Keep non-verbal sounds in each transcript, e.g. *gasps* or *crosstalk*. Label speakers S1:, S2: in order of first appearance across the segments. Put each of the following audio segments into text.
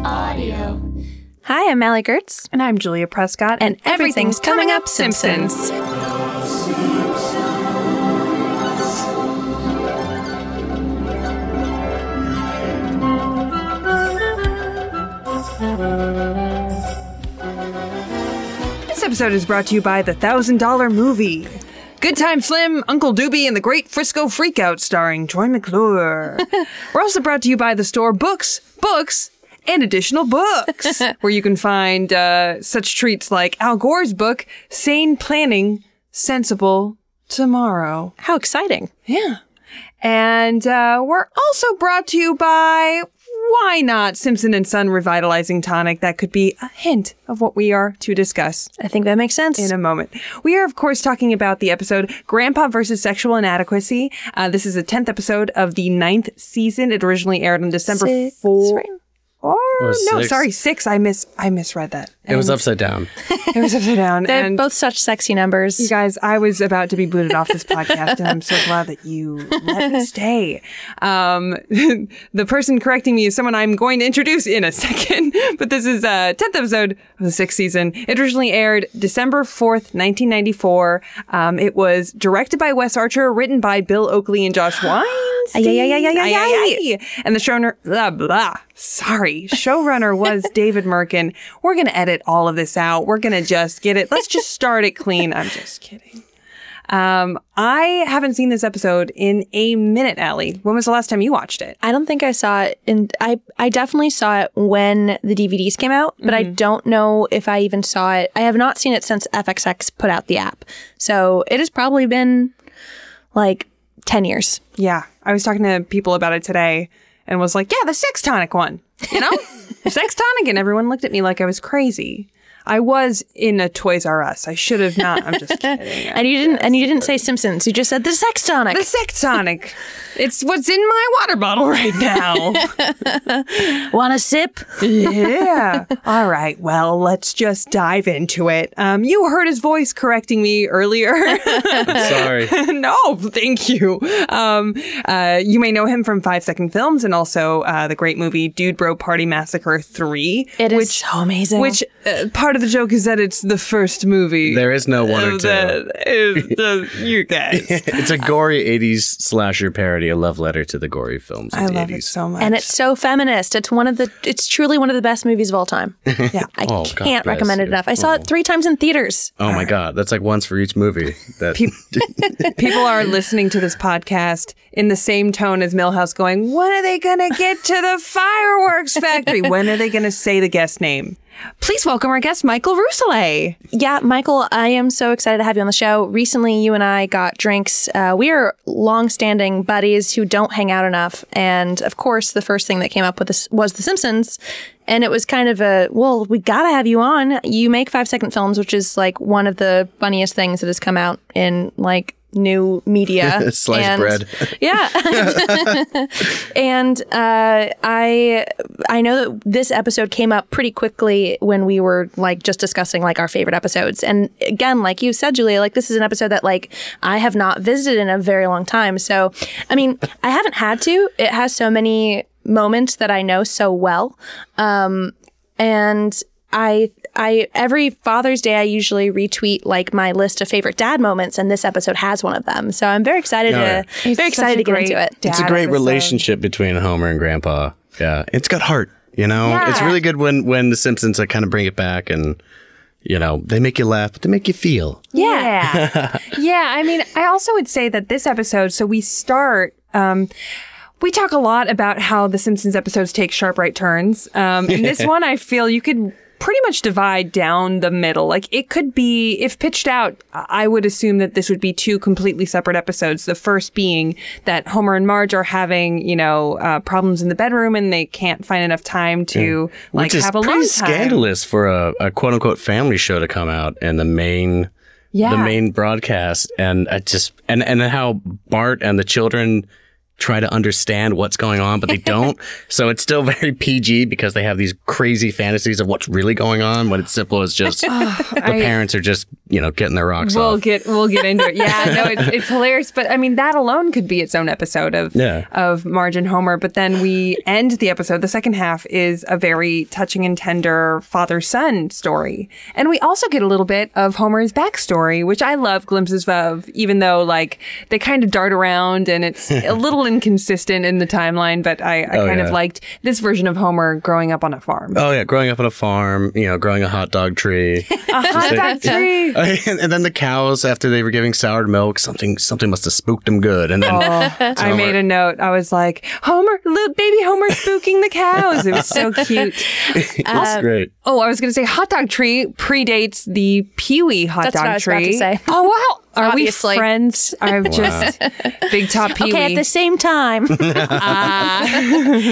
S1: Radio.
S2: Hi, I'm Allie Gertz,
S3: And I'm Julia Prescott,
S2: and everything's coming up Simpsons.
S3: This episode is brought to you by the Thousand Dollar Movie. Good Time Slim, Uncle Doobie, and the Great Frisco Freakout, starring Troy McClure. We're also brought to you by the store Books, Books, and Additional Books, where you can find uh, such treats like Al Gore's book, Sane Planning, Sensible Tomorrow.
S2: How exciting!
S3: Yeah. And uh, we're also brought to you by Why Not Simpson and Son Revitalizing Tonic. That could be a hint of what we are to discuss
S2: I think that makes sense.
S3: in a moment. We are, of course, talking about the episode Grandpa versus Sexual Inadequacy. Uh, this is the 10th episode of the ninth season. It originally aired on December
S2: Six,
S3: 4th.
S2: right?
S3: Or,
S1: Or
S3: no,
S1: six.
S3: sorry, six. I miss I misread that.
S1: It was
S3: *laughs*
S1: upside down.
S3: It was upside
S2: *laughs*
S3: down.
S2: They're
S3: and
S2: both such sexy numbers.
S3: you guys, I was about to be booted off this podcast, and I'm so glad that you let me stay. Um, *laughs* the person correcting me is someone I'm going to introduce in a second, *laughs* but this is uh, 10th episode of the sixth season. It originally aired December 4th, 1994. Um, it was directed by Wes Archer, written by Bill Oakley and Josh Wine.
S2: Ay, ay, ay, ay, ay, ay, ay.
S3: And the showrunner, blah, blah. Sorry. Showrunner
S2: *laughs*
S3: was David Merkin. We're going to edit all of this out. We're going to just get it. Let's just start it clean. I'm just kidding. Um, I haven't seen this episode in a minute, Allie. When was the last time you watched it?
S2: I don't think I saw it, and I I definitely saw it when the DVDs came out, but I don't know if I even saw it. I have not seen it since FXX put out the app, so it has probably been like ten years.
S3: Yeah. I was talking to people about it today and was like, yeah, the sex tonic one,
S2: *laughs*
S3: you know, The sex tonic. And everyone looked at me like I was crazy. I was in a Toys R Us. I should have not.
S2: *laughs*
S3: I'm just kidding.
S2: And you didn't and you didn't say Simpsons. You just said the sex tonic.
S3: The sex tonic. it's what's in my water bottle right
S2: *laughs*
S3: now.
S2: Want a sip?
S3: yeah. All right. Well, let's just dive into it. Um, you heard his voice correcting me earlier. *laughs*
S1: I'm sorry.
S3: no, thank you. Um, uh, you may know him from Five Second Films and also uh, the great movie Dude Bro Party Massacre 3.
S2: It is so amazing.
S3: Which uh, part of the joke is that it's the first movie.
S1: There is no one or two.
S3: that is the, you
S1: *laughs*
S3: guys.
S1: It's a gory 80s slasher parody, a love letter to the gory films of
S3: I
S1: the
S3: love
S1: 80s.
S3: it so much.
S2: and it's so feminist. It's one of the it's truly one of the best movies of all time.
S3: yeah.
S2: I
S1: *laughs* Oh, God
S2: can't
S1: bless
S2: recommend it
S1: you.
S2: enough. I saw it three times in theaters.
S1: Oh my god, that's like once for each movie. That
S3: people are listening to this podcast in the same tone as Millhouse going, When are they going to get to the fireworks factory? When are they going to say the guest name? Please welcome our guest, Michael Rousselet.
S2: Yeah, Michael, I am so excited to have you on the show. Recently, you and I got drinks. Uh, we are longstanding buddies who don't hang out enough, and of course, the first thing that came up with this was The Simpsons, and it was kind of a well, we gotta have you on. You make five second films, which is like one of the funniest things that has come out in like new media.
S1: *laughs* Sliced
S2: And-
S1: bread.
S2: *laughs* Yeah. and uh, I I know that this episode came up pretty quickly when we were like just discussing like our favorite episodes. And again, like you said, Julia, like this is an episode that like I have not visited in a very long time. So I mean, I haven't had to. It has so many moments that I know so well Um, and I I every Father's Day I usually retweet like my list of favorite dad moments, and this episode has one of them. So I'm very excited
S1: Yeah.
S2: to very excited to get into it.
S1: it's a great relationship between Homer and Grandpa. Yeah, it's got heart. You know, it's really good when when the Simpsons like, kind of bring it back and you know they make you laugh, but they make you feel.
S3: Yeah.
S1: *laughs*
S3: yeah. I mean, I also would say that this episode, so we start, um, we talk a lot about how the Simpsons episodes take sharp right turns. Um, and
S1: *laughs*
S3: this one, I feel you could pretty much divide down the middle. Like it could be, if pitched out, I would assume that this would be two completely separate episodes. The first being that Homer and Marge are having, you know, uh, problems in the bedroom and they can't find enough time to like
S1: Which is
S3: have a
S1: pretty
S3: long time.
S1: scandalous for a, a quote unquote family show to come out and the main
S3: Yeah.
S1: the main broadcast and I just and and how Bart and the children try to understand what's going on, but
S3: *laughs*
S1: they don't. so it's still very PG because they have these crazy fantasies of what's really going on when it's simple as
S3: *sighs*
S1: just the
S3: Oh, I-
S1: parents are just, you know, getting their rocks
S3: We'll
S1: off.
S3: get we'll get into it. Yeah, no,
S1: *laughs*
S3: it's, it's hilarious. But I mean, that alone could be its own episode of
S1: Yeah.
S3: of Marge and Homer. But then we end the episode. The second half is a very touching and tender father son story, and we also get a little bit of Homer's backstory, which I love glimpses of, even though like they kind of dart around and
S1: *laughs*
S3: it's a little inconsistent in the timeline. But I, I
S1: Oh,
S3: kind of
S1: yeah.
S3: liked this version of Homer growing up on a farm. *laughs*
S1: Oh yeah, growing up on a farm, you know, growing a hot dog tree, *laughs*
S3: Hot dog tree.
S1: and, and then the cows after they were giving soured milk, something something must have spooked them good, and
S3: Oh,
S1: *laughs* then
S3: I made a note. I was like, Homer, little baby Homer spooking the cows. It
S2: *laughs*
S3: was so cute.
S1: it's great.
S3: Oh, I was going to say hot dog tree predates the Pee-wee hot
S2: That's
S3: dog
S2: what I was
S3: tree.
S2: about to say.
S3: Oh wow, are
S2: Obviously.
S3: we friends?
S2: *laughs*
S3: I've just big top Pee-wee.
S2: Okay, at the same time. Uh,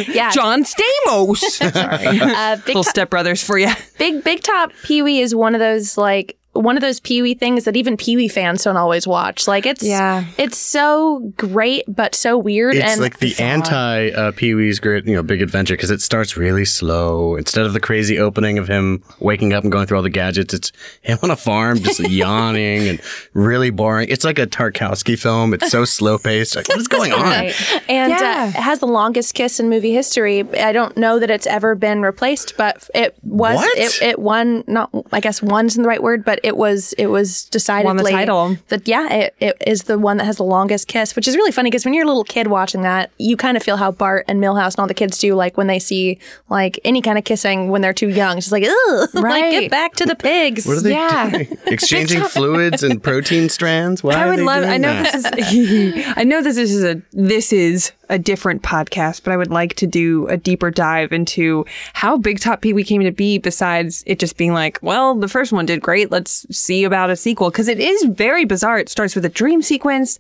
S2: yeah. *laughs*
S3: John Stamos. Sorry.
S2: Uh, big,
S3: Little stepbrothers for you.
S2: big Big Top Pee Wee is one of those like one of those Pee Wee things that even Pee Wee fans don't always watch. Like it's
S3: Yeah.
S2: it's so great but so weird
S1: It's
S2: and
S1: like the anti uh, Pee Wee's Great, you know, Big Adventure because it starts really slow. Instead of the crazy opening of him waking up and going through all the gadgets, it's him on a farm
S3: *laughs*
S1: just yawning and really boring. It's like a Tarkowski film.
S3: *laughs*
S1: It's so slow paced. Like, what is going on?
S2: *laughs* and
S3: Yeah.
S2: uh, it has the longest kiss in movie history. I don't know that it's ever been replaced, but it was
S1: What?
S2: it it won not I guess won's in the right word, but it was it was decidedly
S3: title.
S2: that yeah, it, it is the one that has the longest kiss, which is really funny because when you're a little kid watching that, you kind of feel how Bart and Milhouse and all the kids do like when they see like any kind of kissing when they're too young. It's just like, ugh, *laughs* like
S3: Right.
S2: get back to the pigs.
S1: What are they
S3: Yeah. *laughs*
S1: doing? Exchanging fluids and protein strands? Why
S3: I
S1: are
S3: would
S1: they
S3: love.
S1: doing
S3: I know
S1: that?
S3: this
S1: *laughs*
S3: is. *laughs* I know this is a this is a different podcast, but I would like to do a deeper dive into how Big Top Pee Wee came to be. Besides it just being like, well, the first one did great. Let's see about a sequel because it is very bizarre. It starts with a dream sequence,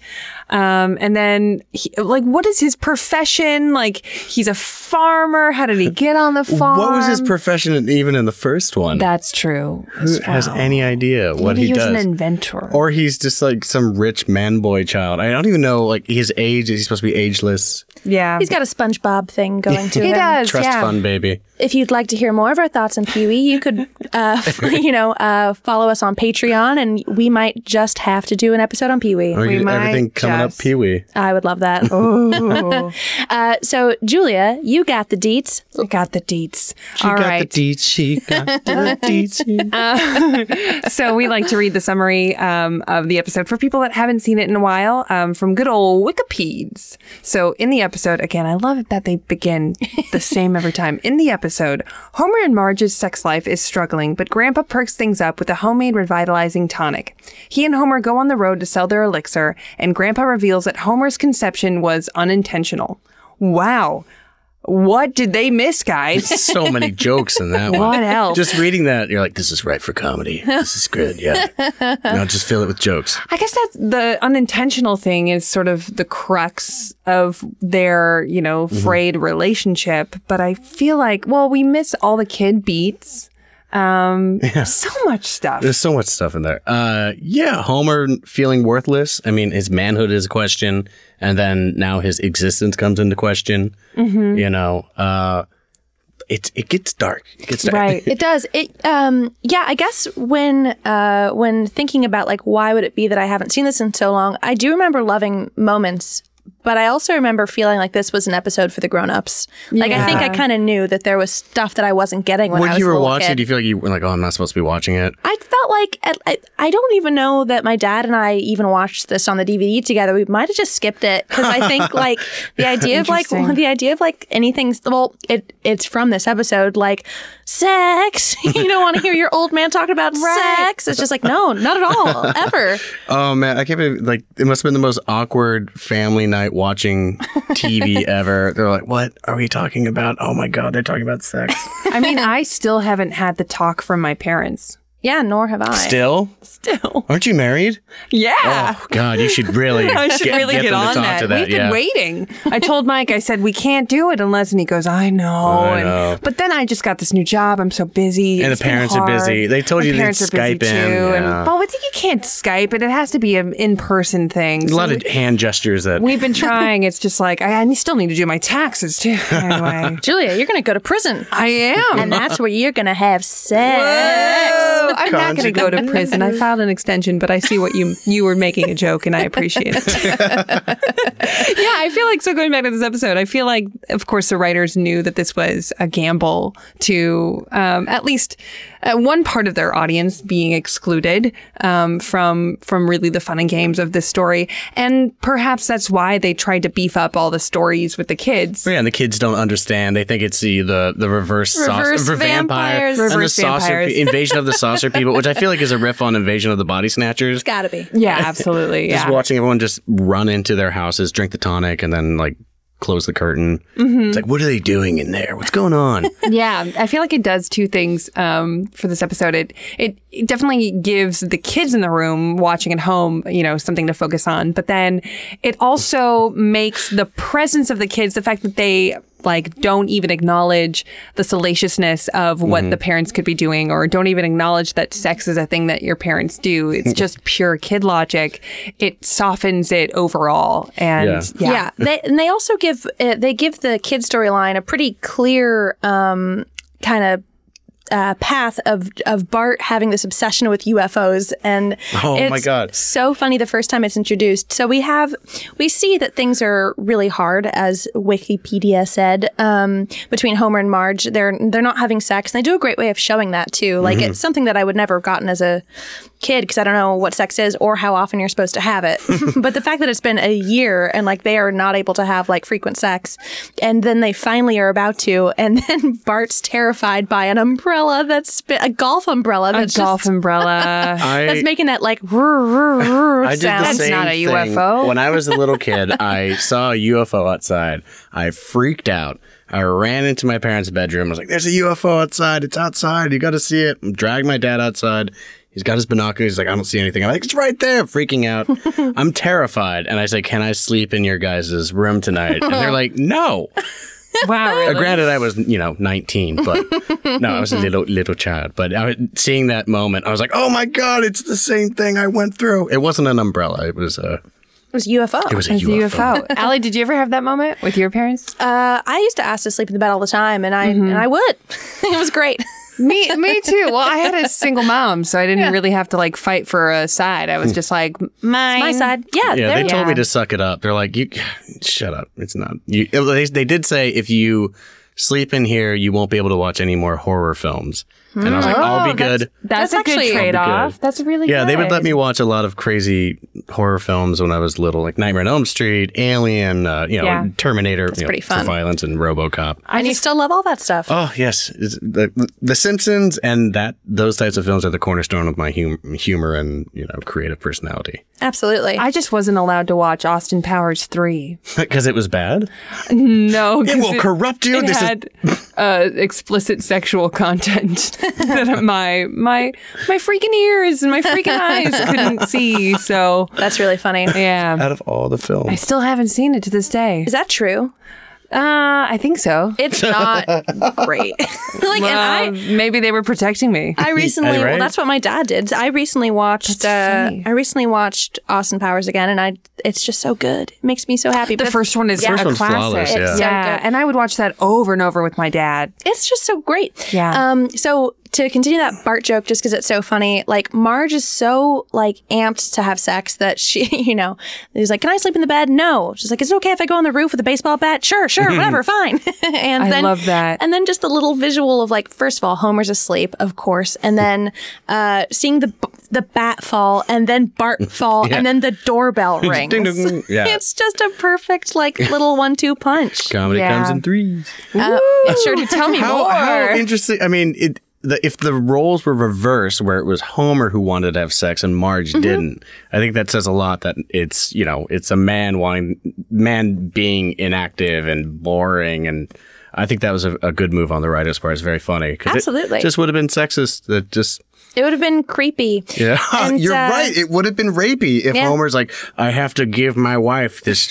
S3: um, and then he, like, what is his profession? Like, he's a farmer. How did he get on the farm?
S1: What was his profession in- even in the first one?
S3: That's true. as
S1: Who has
S3: well.
S1: any idea what
S3: Maybe
S1: he,
S3: he was
S1: does?
S3: an inventor.
S1: or he's just like some rich man boy child. I don't even know like his age. Is he supposed to be ageless?
S3: yeah,
S2: He's got a SpongeBob thing going
S1: *laughs*
S2: to
S3: he
S2: him.
S3: does.
S1: Trust
S3: yeah.
S1: fund baby.
S2: If you'd like to hear more of our thoughts on Pee Wee, you could,
S1: *laughs*
S2: uh, *laughs* you know, uh, follow us on Patreon, and we might just have to do an episode on Pee Wee.
S1: Or
S3: We
S1: you-
S3: might
S1: everything coming up
S3: just-
S1: Pee Wee.
S2: I would love that.
S3: Ooh.
S2: *laughs* Uh, so, Julia, you got the deets.
S3: Oh. I got the deets.
S1: She
S3: All
S1: got
S3: right.
S1: the deets. She got
S3: *laughs*
S1: the deets.
S3: so we like to read the summary um, of the episode for people that haven't seen it in a while um, from good old Wikipedes. So in the episode, again, I love that they begin
S1: *laughs*
S3: the same every time. In the episode, Homer and Marge's sex life is struggling, but Grandpa perks things up with a homemade revitalizing tonic. He and Homer go on the road to sell their elixir, and Grandpa reveals that Homer's conception was unintentional. Wow. What did they miss, guys?
S1: so many jokes in that one.
S3: What else?
S1: Just reading that, you're like, this is right for comedy. This is good.
S3: *laughs*
S1: Yeah. no, just fill it with jokes.
S3: I guess that's the unintentional thing is sort of the crux of their, you know, frayed relationship. But I feel like, well, we miss all the kid beats. Um, so much stuff.
S1: There's so much stuff in there. Uh, yeah, Homer feeling worthless. I mean, his manhood is a question, and then now his existence comes into question.
S3: Mm-hmm.
S1: You know, uh, it it gets dark. It gets dark.
S3: Right.
S2: It does. It, um, yeah, I guess when, uh, when thinking about like why would it be that I haven't seen this in so long, I do remember loving moments. But I also remember feeling like this was an episode for the grown-ups. Like I think I kind of knew that there was stuff that I wasn't getting when, I
S1: *laughs* When
S2: was
S1: you
S2: a
S1: were
S2: little
S1: watching,
S2: kid.
S1: it, do you feel like you were like, oh, I'm not supposed to be watching it?
S2: I felt like at, I, I don't even know that my dad and I even watched this on the DVD together. We might have just skipped it because I think like the idea of like
S3: Interesting.
S2: the idea of like anything's well it it's from this episode like sex. *laughs* you don't want to hear your old man talking about sex. It's just like no, not at all ever.
S1: Oh man, I can't believe like it must have been the most awkward family
S3: *laughs*
S1: night watching TV ever. They're like, "What are we
S3: *laughs*
S1: talking about?" Oh my god, they're talking about sex.
S3: I mean, I still haven't had the talk from my parents.
S2: Yeah, nor have I.
S1: Still?
S3: Still.
S1: Aren't you married?
S3: *laughs* Yeah.
S1: Oh, God, you should
S3: *laughs*
S1: really, *laughs*
S3: I should
S1: get,
S3: really
S1: get,
S3: get,
S1: them
S3: on
S1: to talk
S3: that.
S1: to that.
S3: We've been
S1: yeah.
S3: waiting. I told Mike, I said, we can't do it unless, and he goes, I know.
S1: I
S3: and,
S1: know.
S3: But then I just got this new job. I'm so busy.
S1: And the
S3: It's been
S1: parents are
S3: hard.
S1: busy. They told
S3: My
S1: you they'd
S3: parents are busy
S1: Skype in,
S3: Too. And,
S1: yeah.
S3: well, I think you can't Skype it. It has to be an in person thing.
S1: A
S3: So
S1: lot of hand gestures that.
S3: We've been trying. It's just like, I, I still need to do my taxes too.
S1: *laughs*
S3: Anyway,
S2: Julia, you're going to go to prison.
S3: I am.
S2: And that's where you're going to have sex.
S3: Oh, I'm not going to go to prison. I filed an extension, but I see what you you were making a joke, and I appreciate it. yeah, I feel like so. Going back to this episode, I feel like, of course, the writers knew that this was a gamble to um, at least uh, one part of their audience being excluded um, from from really the fun and games of this story, and perhaps that's why they tried to beef up all the stories with the kids.
S1: Yeah, and the kids don't understand. They think it's the the, the reverse,
S2: Reverse
S1: saucer,
S2: vampires.
S1: and
S3: Reverse
S1: the saucer
S3: vampires.
S1: pe- invasion of the saucer people, which I feel like is a riff on invasion of the body snatchers.
S2: Gotta be.
S3: Yeah, absolutely.
S1: *laughs* Just
S3: yeah.
S1: watching everyone just run into their houses, drink the tonic, and then like close the curtain. It's like, what are they doing in there? What's going on?
S3: yeah, I feel like it does two things um, for this episode. It, it it definitely gives the kids in the room watching at home, you know, something to focus on. But then it also makes the presence of the kids, the fact that they like don't even acknowledge the salaciousness of what the parents could be doing or don't even acknowledge that sex is a thing that your parents do it's just pure kid logic it softens it overall and yeah,
S2: Yeah. They, and they also give uh, they give the kid storyline a pretty clear um, kind of uh, path of of Bart having this obsession with UFOs, and
S1: Oh, my
S2: it's
S1: God.
S2: so funny the first time it's introduced. So we have we see that things are really hard, as Wikipedia said. Um, between Homer and Marge, they're they're not having sex, and they do a great way of showing that too. Like it's something that I would never have gotten as a kid because I don't know what sex is or how often you're supposed to have it. but the fact that it's been a year and like they are not able to have like frequent sex, and then they finally are about to, and *laughs* then Bart's terrified by an umbrella that's sp- a golf umbrella that's
S3: golf
S2: just,
S3: umbrella
S2: *laughs*
S1: I,
S2: that's making that like rrr, rrr, rrr
S1: I did
S2: sound.
S1: the
S3: That's
S1: same
S3: not a
S1: thing.
S3: UFO.
S1: When I was a little kid,
S3: *laughs*
S1: I saw a UFO outside. I freaked out. I ran into my parents' bedroom. I was like, "There's a UFO outside. It's outside. You got to see it." Dragged my dad outside. He's got his binoculars. He's like, "I don't see anything." I'm like, "It's right there."
S3: *laughs*
S1: Freaking out. I'm terrified, and I say, "Can I sleep in your guys' room tonight?"
S3: *laughs*
S1: And they're like, "No."
S3: wow
S1: Uh,
S3: really?
S1: granted, I was you know
S2: *laughs*
S1: 19, but no, I was a little little child. But I, seeing that moment, I was like, "Oh my god, it's the same thing I went through." It wasn't an umbrella; it was a
S2: It was UFO.
S1: it was a
S3: It's
S1: UFO.
S3: *laughs* Allie, did you ever have that moment with your parents?
S2: uh, I used to ask to sleep in the bed all the time, and I and I would. *laughs* it was great.
S3: me, me too. Well, I had a single mom, so I didn't really have to like fight for a side. I
S1: Hmm.
S3: was just like mine.
S2: My side, yeah.
S1: Yeah,
S2: there
S1: they
S2: you
S1: told
S2: go.
S1: me to suck it up. They're like, "You shut up. It's not." You, they, they did say if you sleep in here, you won't be able to watch any more horror films. And I was like, "I'll be good."
S3: That's,
S2: Oh, That's
S3: a
S2: actually-
S3: good trade off.
S1: Good.
S3: That's really
S1: Yeah, they would
S3: good.
S1: let me watch a lot of crazy horror films when I was little, like Nightmare on Elm Street, Alien, uh, you know,
S3: Yeah.
S1: Terminator, you know,
S2: pretty
S1: for
S2: fun.
S1: violence, and RoboCop.
S2: and you still love all that stuff.
S1: Oh yes, It's- the, the Simpsons and that those types of films are the cornerstone of my hum- humor and you know creative personality. *laughs*
S2: Absolutely.
S3: I just wasn't allowed to watch Austin Powers three.
S1: Because it was bad.
S3: No,
S1: It
S3: 'cause
S1: will corrupt you.
S3: It
S1: This is
S3: had uh, explicit sexual content *laughs* that my my my freaking ears and my freaking eyes couldn't see. So
S2: That's really *laughs* funny.
S3: yeah,
S1: out of all the
S3: I
S1: films.
S3: still haven't seen it to this day.
S2: Is that true?
S3: Uh, I think so.
S2: It's
S1: *laughs*
S2: not great. *laughs* like,
S3: Uh,
S2: and I,
S3: maybe they were protecting me.
S1: *laughs*
S2: I recently,
S1: right?
S2: well, that's what my dad did. I recently watched, uh, I recently watched Austin Powers again, and I, it's just so good. It makes me so happy.
S3: The
S2: but
S3: first one is
S2: Yeah.
S1: First
S3: a
S1: one's
S3: classic.
S1: flawless, yeah.
S2: It's so
S3: yeah,
S2: good.
S3: and I would watch that over and over with my dad.
S2: it's just so great.
S3: Yeah.
S2: Um. So to continue that Bart joke, just because it's so funny, like Marge is so like amped to have sex that she, *laughs* you know, he's like, "Can I sleep in the bed?" No. She's like, "Is it okay if I go on the roof with a baseball bat?" Sure, sure,
S1: *laughs*
S2: whatever, fine. *laughs* and
S3: I
S2: then,
S3: love that.
S2: And then just the little visual of like, first of all, Homer's asleep, of course, and then uh, seeing the b- the bat fall, and then
S1: *laughs*
S2: Bart fall,
S1: Yeah.
S2: and then the doorbell rings.
S1: *laughs*
S3: *laughs*
S1: Ding, dong. Yeah.
S2: *laughs* It's just a perfect like little one-two punch.
S1: Comedy
S3: Yeah.
S1: comes in threes.
S2: Uh, sure, to tell me
S1: How,
S2: more.
S1: how interesting. I mean, it, the, if the roles were reversed, where it was Homer who wanted to have sex and Marge
S2: Mm-hmm.
S1: didn't, I think that says a lot that it's, you know, it's a man wanting, man being inactive and boring and I think that was a, a good move on the writer's part. It's very funny. 'cause it
S2: Absolutely.
S1: just would have been sexist. That just
S2: It would have been creepy.
S1: *laughs* yeah.
S2: And,
S1: You're
S2: uh,
S1: right. It would have been rapey if
S2: yeah.
S1: Homer's like, I have to give my wife this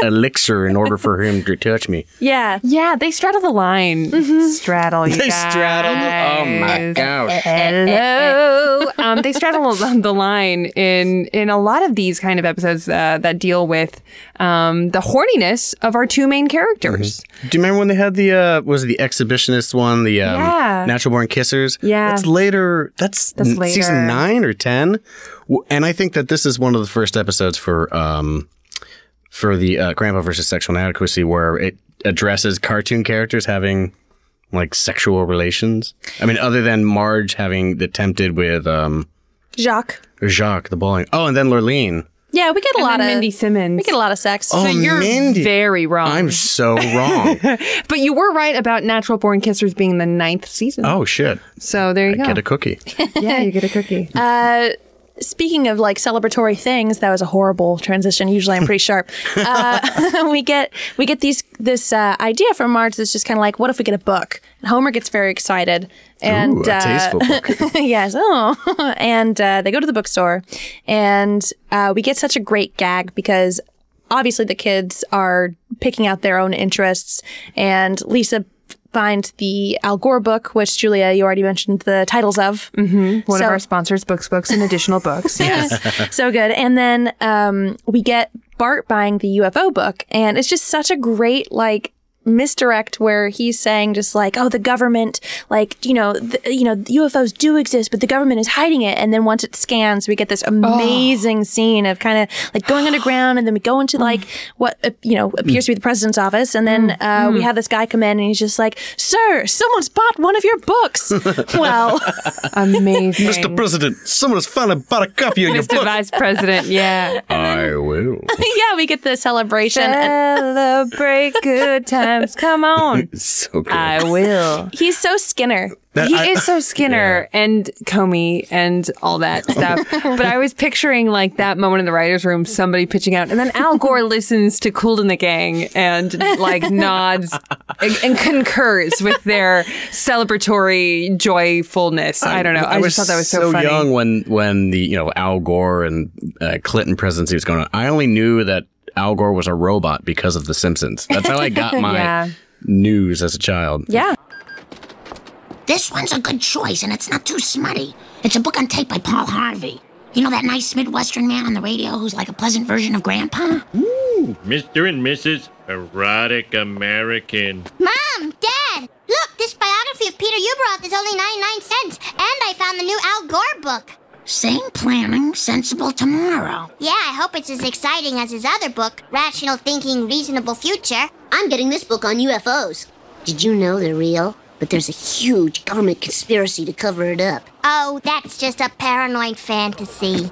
S1: elixir in order for him to
S2: *laughs*
S1: touch me.
S2: Yeah.
S3: Yeah, they straddle the line. Mm-hmm. Straddle, you
S1: They straddled. Oh my
S3: guys.
S1: gosh.
S3: *laughs* Hello. um, they straddle the line in in a lot of these kind of episodes uh, that deal with um, the horniness of our two main characters.
S1: Do you remember when they had the uh was it the exhibitionist one, the um,
S3: Yeah.
S1: natural born kissers?
S3: Yeah.
S1: That's later that's,
S3: That's
S1: n- season
S3: later.
S1: nine or ten. W- And I think that this is one of the first episodes for um for the uh, grandpa versus sexual inadequacy where it addresses cartoon characters having like sexual relations. I mean, other than Marge having the tempted with um
S2: Jacques.
S1: Jacques the bowling. Oh, and then Lurleen.
S2: Yeah, we get a
S3: And
S2: lot
S3: then
S2: of
S3: Mindy Simmons.
S2: we get a lot of sex.
S1: Oh,
S3: You're
S1: Mindy.
S3: very wrong.
S1: I'm so wrong.
S3: *laughs* but you were right about Natural Born Kissers being the ninth season.
S1: oh shit!
S3: so there you go.
S1: Get a cookie.
S3: yeah, you get a cookie.
S2: Speaking of like celebratory things, that was a horrible transition. Usually,
S1: *laughs*
S2: I'm pretty sharp. Uh, *laughs* we get we get these this uh, idea from Marge that's just kind of like, what if we get a book? And Homer gets very excited, and
S1: Ooh, a
S2: uh,
S1: tasteful book.
S2: *laughs* yes, oh, *laughs* and uh, they go to the bookstore, and uh, we get such a great gag because obviously the kids are picking out their own interests, and Lisa finds the Al Gore book, which Julia you already mentioned the titles of.
S3: Mm-hmm. One
S2: so-
S3: of our sponsors, Books, Books, and additional *laughs* books.
S2: *laughs* so good. And then um, we get Bart buying the UFO book, and it's just such a great like misdirect where he's saying just like oh the government like you know th- you know UFOs do exist but the government is hiding it and then once it scans we get this amazing scene of kind of like going underground and then we go into like what uh, you know appears to be the president's office and then uh, we have this guy come in and he's just like sir someone's bought one of your books well *laughs*
S3: Amazing.
S1: Mr. President, someone has finally bought a copy of your
S3: Mr. Vice President, yeah.
S1: I will. *laughs*
S2: yeah we get the celebration and-
S3: uh, Celebrate good times. Come on.
S1: so good.
S3: I will.
S2: He's so Skinner.
S3: He is so Skinner and Comey and all *laughs* that stuff. but I was picturing like that moment in the writer's room, somebody pitching out, and then Al Gore *laughs* listens to Cool in the Gang and like nods and, and concurs with their celebratory joyfulness. I, don't know. I, just thought that was so, funny.
S1: young when when the you know Al Gore and uh, Clinton presidency was going on. I only knew that Al Gore was a robot because of The Simpsons. That's
S3: *laughs*
S1: how I got my
S3: Yeah.
S1: news as a child.
S2: Yeah.
S4: This one's a good choice, and it's not too smutty. It's a book on tape by Paul Harvey. You know that nice Midwestern man on the radio who's like a pleasant version of Grandpa?
S5: Mr. and Mrs. Erotic American.
S6: Mom, Dad, look, this biography of Peter Ubroth is only 99 cents, and I found the new Al Gore book.
S4: Same planning, sensible tomorrow.
S6: Yeah, I hope it's as exciting as his other book, Rational Thinking, Reasonable Future. I'm getting this book on UFOs.
S7: Did you know they're real? But there's a huge government conspiracy to cover it up.
S6: Oh, that's just a paranoid fantasy.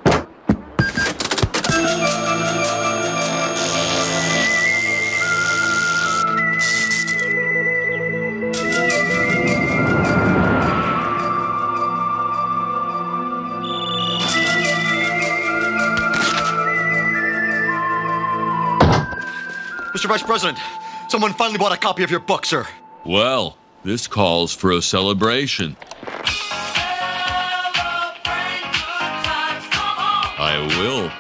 S8: Mr. Vice President, someone finally bought a copy of your book, sir.
S9: Well, this calls for a celebration. I will.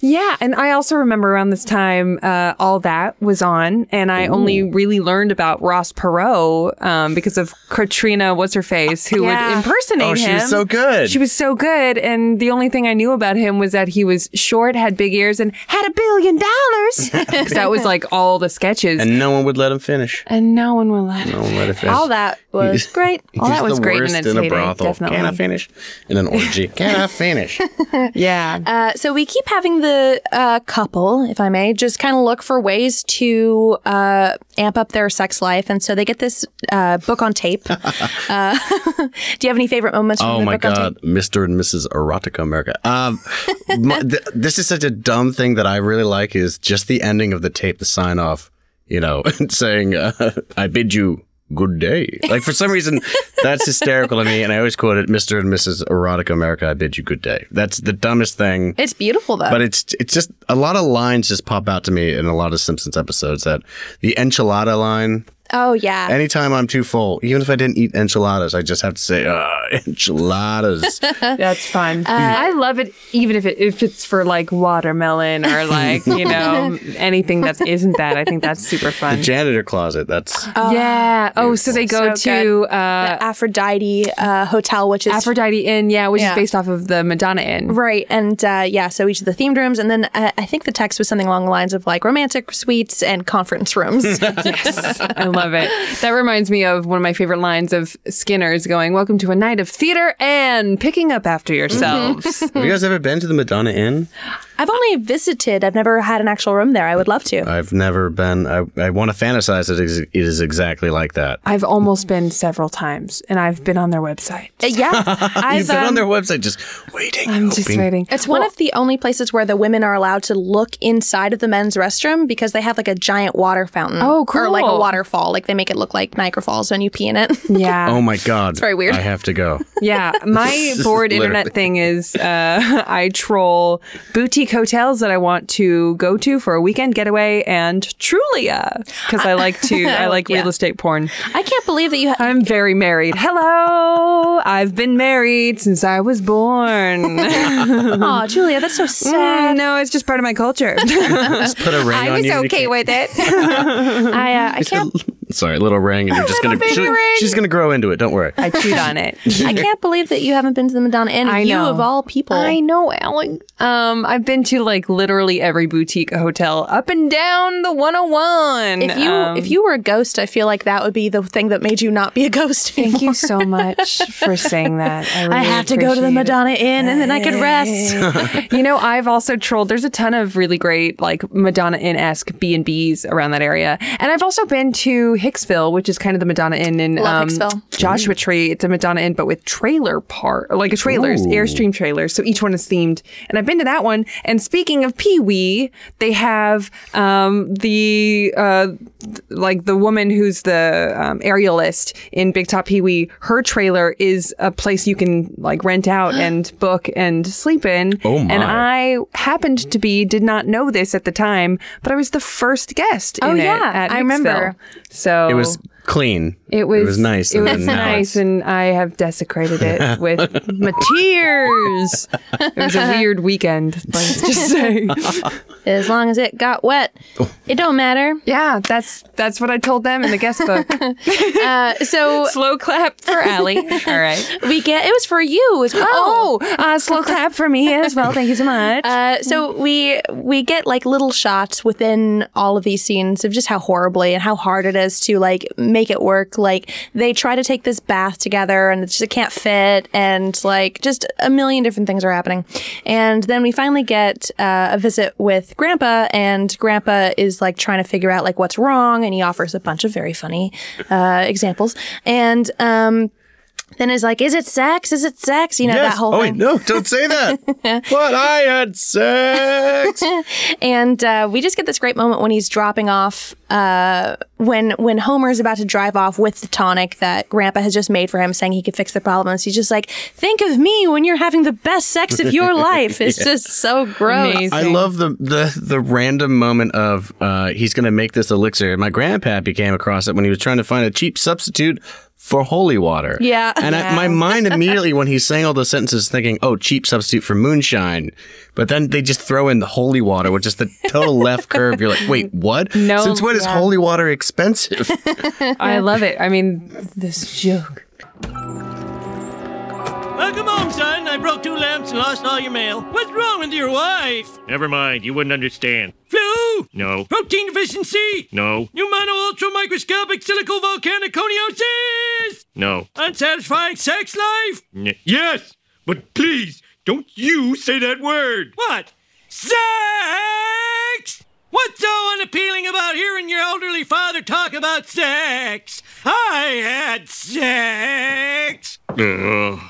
S3: Yeah, and I also remember around this time, uh, all that was on, and I only really learned about Ross Perot um, because of Katrina, what's her face, who
S2: Yeah.
S3: would impersonate
S1: Oh,
S3: him.
S1: she was so good.
S3: She was so good, and the only thing I knew about him was that he was short, had big ears, and had a billion dollars.
S1: *laughs*
S3: *laughs* 'Cause that was like all the sketches, and,
S1: And no one would let him finish.
S3: no one will let.
S1: No one let him finish.
S2: All that *laughs* was great.
S3: All
S1: *laughs* He's
S3: that was
S1: the
S3: great in
S1: worst
S3: its
S1: in a
S3: heyday,
S1: brothel.
S3: definitely.
S1: Can I finish? In an orgy. Can I finish?
S3: *laughs* Yeah,
S2: Uh, so we keep having the uh, couple, if I may, just kind of look for ways to uh, amp up their sex life, and so they get this uh, book on tape. uh, *laughs* do you have any favorite moments from
S1: Oh
S2: the
S1: my
S2: book on tape?
S1: God, Mr. and Mrs. Erotica America. Um, my, *laughs* th- this is such a dumb thing that I really like *laughs* is just the ending of the tape, the sign off, you know, saying, uh, I bid you good day. Like for some reason, that's hysterical to me, and I always quote it, Mister and Mrs. Erotic America. I bid you good day. That's the dumbest thing.
S2: It's beautiful though.
S1: But it's it's just a lot of lines just pop out to me in a lot of Simpsons episodes. That the enchilada line.
S2: oh yeah.
S1: Anytime I'm too full, even if I didn't eat enchiladas, I just have to say uh, *laughs* enchiladas.
S3: That's fun.
S1: Mm.
S3: I love it, even if it if it's for like watermelon or
S1: *laughs*
S3: like you know anything that isn't that. I think that's super fun. Uh,
S1: Janitor closet. That's
S3: yeah. Oh, so they
S2: So
S3: go to
S2: good.
S3: uh,
S2: the Aphrodite uh, Hotel, which is
S3: Aphrodite Inn, yeah, which
S2: Yeah.
S3: is based off of the Madonna Inn.
S2: Right. And uh, yeah, so each of the themed rooms. And then uh, I think the text was something along the lines of like romantic suites and conference rooms.
S3: I love it. That reminds me of one of my favorite lines of Skinner's going, "Welcome to a night of theater and picking up after yourselves."
S1: *laughs* Have you guys ever been to the Madonna Inn?
S2: I've only visited, I've never had an actual room there. I would love to.
S1: I've never been. I, I want to fantasize that it is, it is exactly like that.
S3: I've almost been several times, and I've been on their website.
S2: Uh, yeah. I've,
S1: You've been on
S2: um,
S1: their website just waiting.
S3: I'm just
S1: hoping-
S3: waiting.
S2: It's one of the only places where the women are allowed to look inside of the men's restroom because they have like a giant water fountain.
S3: Oh,
S2: Or like a
S3: cool.
S2: waterfall. Like they make it look like Niagara Falls when you pee in it. *laughs*
S3: Yeah.
S1: Oh my god! It's
S2: very weird.
S1: I have to go.
S3: *laughs* Yeah, my bored internet *laughs* thing is uh, *laughs* I troll boutique hotels that I want to go to for a weekend getaway and Trulia because I like to *laughs* I like real estate porn.
S2: I can't believe that you *laughs* ha-
S3: I'm very married. Hello, I've been married since I was *laughs* born.
S2: Oh, Julia, that's so sad.
S3: *laughs* no, it's just part of my *laughs* culture. *laughs*
S1: Just put a ring
S3: I
S1: on
S3: was
S1: you. and you
S3: okay
S1: can't-
S3: with it.
S2: I, uh, I can't
S1: Sorry, a little
S3: *laughs*
S1: ring, and you're just gonna. she'll- She's gonna grow into it. Don't worry.
S3: *laughs* I cheat on *laughs* it.
S2: I can't believe that you haven't been to the Madonna Inn.
S3: I
S2: you
S3: know.
S2: of all people.
S3: I know, Alan. Um, I've been to like literally every boutique hotel up and down the 101.
S2: If you
S3: Um,
S2: if you were a ghost, I feel like that would be the thing that made you not be a ghost.
S3: Thank you
S2: *laughs*
S3: so much for saying that. I, really
S2: I have to go to the
S3: appreciate
S2: Madonna Inn and then I could *laughs* rest.
S3: it. You know, I've also trolled. There's a ton of really great like Madonna Inn esque B and B's around that area, and I've also been to Hicksville, which is kind of the Madonna Inn in
S2: Love Hicksville.
S3: Joshua Tree. It's a Madonna Inn, but with trailer part, or like a trailers, Airstream trailers. So each one is themed, and I've been to that one. And speaking of Pee Wee, they have um, the uh, th- like the woman who's the um, aerialist in Big Top Pee Wee. Her trailer is a place you can like rent
S1: *gasps*
S3: out and book and sleep in.
S1: Oh, my.
S3: And I happened to be did not know this at the time, but I was the first guest.
S2: Oh,
S3: in it
S2: yeah.
S3: at
S2: I remember.
S3: Hicksville. So
S1: It was clean.
S3: it was
S1: It was nice.
S3: It
S1: and
S3: was
S1: then now
S3: nice,
S1: it's-
S3: and I have desecrated it
S1: *laughs*
S3: with my tears. It was a weird weekend. Let's
S1: *laughs*
S3: just say,
S2: as long as it got wet, it don't matter.
S3: yeah, that's that's what I told them in the guest
S1: *laughs*
S3: book.
S2: Uh, *laughs* so
S3: slow clap for Allie. *laughs* All right.
S2: we get it was for you as well.
S3: Oh, uh, slow clap for me as well. Thank you so much.
S2: Uh, so we we get like little shots within all of these scenes of just how horribly and how hard it is to like make it work. Like they try to take this bath together and it just it can't fit, and like just a million different things are happening. And then we finally get uh, a visit with Grandpa, and Grandpa is like trying to figure out like what's wrong, and he offers a bunch of very funny uh, examples, and um. Then is like, is it sex? Is it sex? You know
S1: Yes.
S2: that whole
S1: oh,
S2: thing.
S1: wait, no, don't say that.
S3: *laughs*
S1: but I had sex.
S2: and uh, we just get this great moment when he's dropping off uh, when when Homer's about to drive off with the tonic that Grandpa has just made for him, saying he could fix the problems. He's just like, "Think of me when you're having the best sex of your life." It's just so gross.
S1: I love the, the the random moment of uh, he's going to make this elixir. My grandpappy came across it when he was trying to find a cheap substitute for holy water.
S2: Yeah.
S1: and I,
S3: *laughs*
S1: my mind immediately when he's saying all those sentences, is thinking, "Oh, cheap substitute for moonshine," but then they just throw in the holy water, which is the
S3: *laughs*
S1: total left curve. You're like, "Wait, what?
S3: No,
S1: Since when is holy water
S3: *laughs*
S1: expensive?"
S3: *laughs* I love it. I mean, this joke.
S5: Welcome home, son. I broke two lamps and lost all your mail. What's wrong with your wife? Never mind. You wouldn't understand. Flu? No. Protein deficiency? No. New mono ultra microscopic silico volcaniconiosis? No. Unsatisfying sex life? yes, but please don't you say that word. What? Sex! What's so unappealing about hearing your elderly father talk about sex? I had sex! Ugh.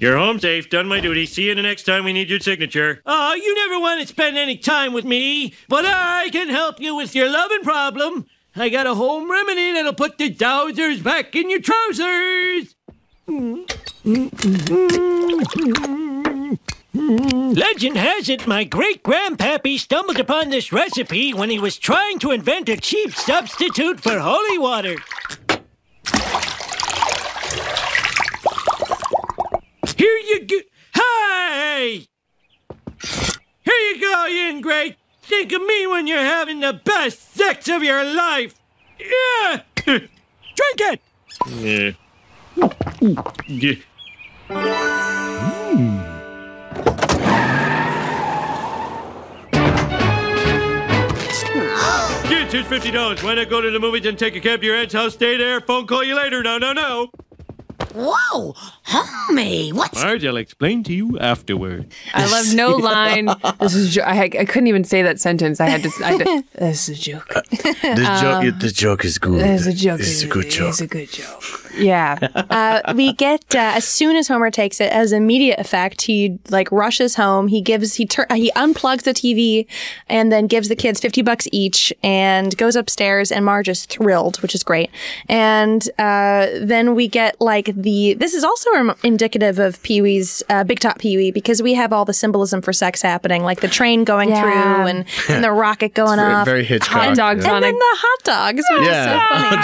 S5: You're home safe. Done my duty. See you the next time we need your signature. Oh, you never want to spend any time with me, but I can help you with your loving problem. I got a home remedy that'll put the dowsers back in your trousers. Legend has it my great grandpappy stumbled upon this recipe when he was trying to invent a cheap substitute for holy water. Here you go. Hey! Here you go, you ingrate. Think of me when you're having the best sex of your life. Yeah! *laughs* Drink it! Yeah. Hmm. Dude, here's fifty dollars. Why not go to the movies and take a cab to your aunt's house? Stay there. Phone call you later. No, no, no.
S4: Whoa, homie, what's
S5: Marge, I'll explain to you afterward.
S3: I love *laughs* no line. This is. a jo- I, had- I couldn't even say that sentence. I had to. I had *laughs* to- this is a joke.
S1: The, joke, the joke is good.
S3: This is Uh, a joke.
S1: It's a good joke.
S3: It's a good joke. Yeah.
S2: uh, we get uh, as soon as Homer takes it as immediate effect. He like rushes home. He gives he tur- he unplugs the TV, and then gives the kids fifty bucks each, and goes upstairs. And Marge is thrilled, which is great. And uh, then we get like the this is also rem- indicative of Pee Wee's uh, Big Top Pee Wee because we have all the symbolism for sex happening, like the train going
S3: Yeah.
S2: through and, and the rocket going
S1: very,
S2: off,
S1: very Hitchcock.
S3: Hot dogs
S1: Yeah.
S2: and
S3: on a
S2: then the hot dogs. Which Is
S1: *laughs*
S2: so funny.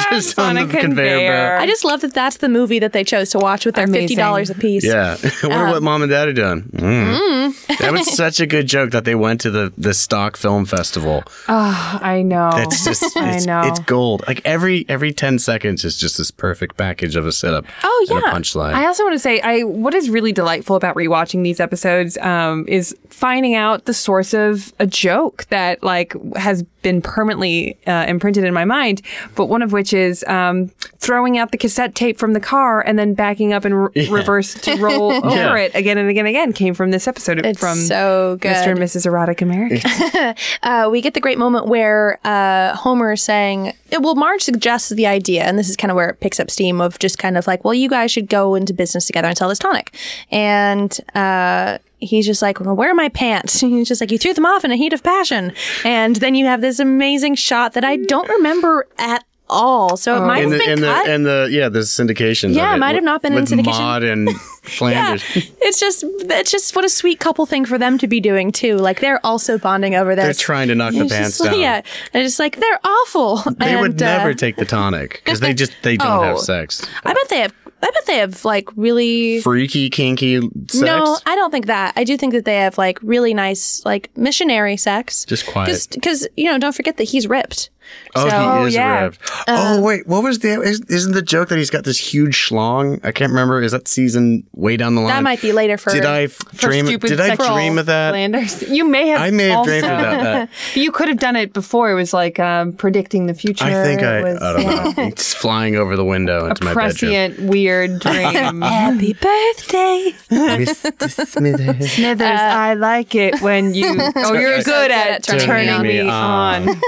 S1: yeah. just on the
S3: on a
S1: conveyor,
S3: conveyor.
S1: belt.
S2: I just love that that's the movie that they chose to watch with their
S3: Amazing.
S2: $50 a piece.
S1: Yeah. *laughs* I wonder
S2: Um,
S1: what mom and dad had done. Mm. that was such a good joke that they went to the, the stock film festival.
S2: Oh,
S3: I know.
S1: That's just it's,
S3: I know.
S1: it's gold. Like every every ten seconds is just this perfect package of a setup.
S3: Oh yeah,
S1: and a punchline.
S3: I also want to say, I what is really delightful about rewatching these episodes um, is finding out the source of a joke that like has been permanently uh, imprinted in my mind. But one of which is um, throwing out the cassette tape from the car and then backing up in re- reverse
S1: *laughs*
S3: to roll over it again and again and again came from this episode
S2: It's
S3: from
S2: so good.
S3: Mr. and Mrs. Erotic
S1: *laughs*
S3: America.
S2: Uh, we get the great moment where uh, Homer is saying, well, Marge suggests the idea, and this is kind of where it picks up steam of just kind of like, well, you guys should go into business together and sell this tonic. And uh, he's just like, well, where are my pants? *laughs* he's just like, you threw them off in a heat of passion. And then you have this amazing shot that I don't remember at all. So it might
S1: Oh. in
S2: have
S1: the
S2: been
S1: in
S2: cut.
S1: the in the yeah, the syndication.
S2: Yeah,
S1: of
S2: it might have not been in
S1: with
S2: syndication.
S1: Maude
S2: *laughs*
S1: and
S2: yeah,
S1: Flanders.
S2: it's just it's just what a sweet couple thing for them to be doing too. Like they're also bonding over this.
S1: They're trying to knock the
S2: It's
S1: pants
S2: just like-
S1: down.
S2: Yeah, they're just like they're awful.
S1: *laughs* They would
S2: And, uh,
S1: never take the tonic because they just they don't
S2: *laughs* Oh.
S1: have sex.
S2: I bet they have. I bet they have like really.
S1: Freaky, kinky sex.
S2: No, I don't think that. I do think that they have like really nice like missionary sex.
S1: Just quiet.
S2: Because you know, don't forget that he's ripped.
S1: Oh,
S2: So- Uh,
S1: he is
S3: yeah.
S1: ripped. oh wait, what was the? Is, isn't the joke that he's got this huge schlong? I can't remember. Is that season way down the line?
S2: That might be later for.
S1: Did I f- dream?
S3: stupid
S1: Did I
S3: sexual
S1: dream of that?
S3: Flanders. You may have.
S1: Uh, I may have
S3: also-
S1: dreamed about that.
S2: *laughs*
S3: You could have done it before. It was like um, predicting the future.
S1: I think I.
S3: It was,
S1: I don't
S3: yeah.
S2: *laughs*
S1: know. It's flying over the window into my bedroom.
S3: prescient, *laughs* weird dream.
S2: Happy birthday. *laughs*
S1: Miss- Smithers.
S3: Smithers, I like it when *laughs* you. Oh, you're
S2: So
S3: good at, turning, me, *laughs* on.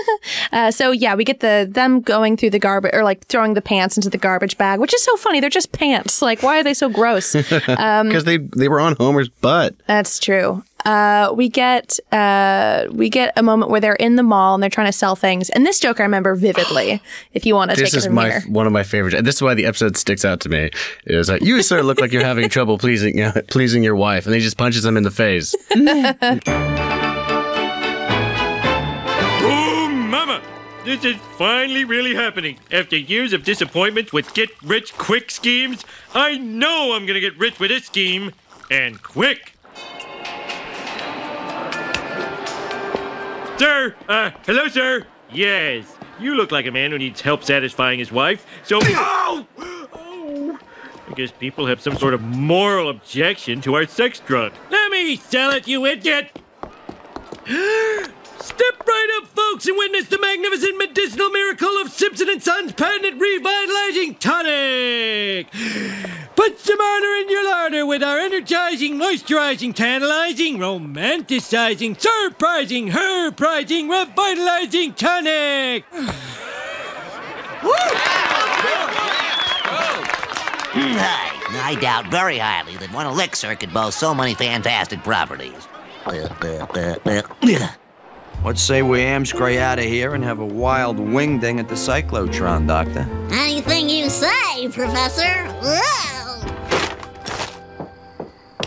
S2: Uh, so yeah, we get the them going through the garbage or like throwing the pants into the garbage bag, which is so funny. They're just pants. Like, why are they so
S1: *laughs*
S2: gross? Um,
S1: Because they they were on Homer's butt.
S2: That's true. Uh, we get uh, we get a moment where they're in the mall and they're trying to sell things. And this joke I remember vividly. If you want to
S1: This
S2: take it
S1: is
S2: from
S1: my
S2: here,
S1: one of my favorites. And this is why the episode sticks out to me. Is that you, sir, look like you're having trouble pleasing *laughs* pleasing your wife, and he just punches him in the face.
S5: Oh, mama! This is finally really happening. After years of disappointment with get rich quick schemes, I know I'm gonna get rich with this scheme. And quick! Sir! Uh, hello, sir! Yes, you look like a man who needs help satisfying his wife, so. Oh! Oh. I guess people have some sort of moral objection to our sex drug. Let me sell it, you idiot! Step right up, folks, and witness the magnificent medicinal miracle of Simpson and Sons patented revitalizing tonic. Put some honor in your larder with our energizing, moisturizing, tantalizing, romanticizing, surprising, herprizing, revitalizing tonic.
S4: Hi,
S10: I doubt very highly that one elixir could boast so many fantastic properties.
S11: What say we amscray out of here and have a wild wing ding at the cyclotron, Doctor?
S6: Anything you say, Professor. Whoa.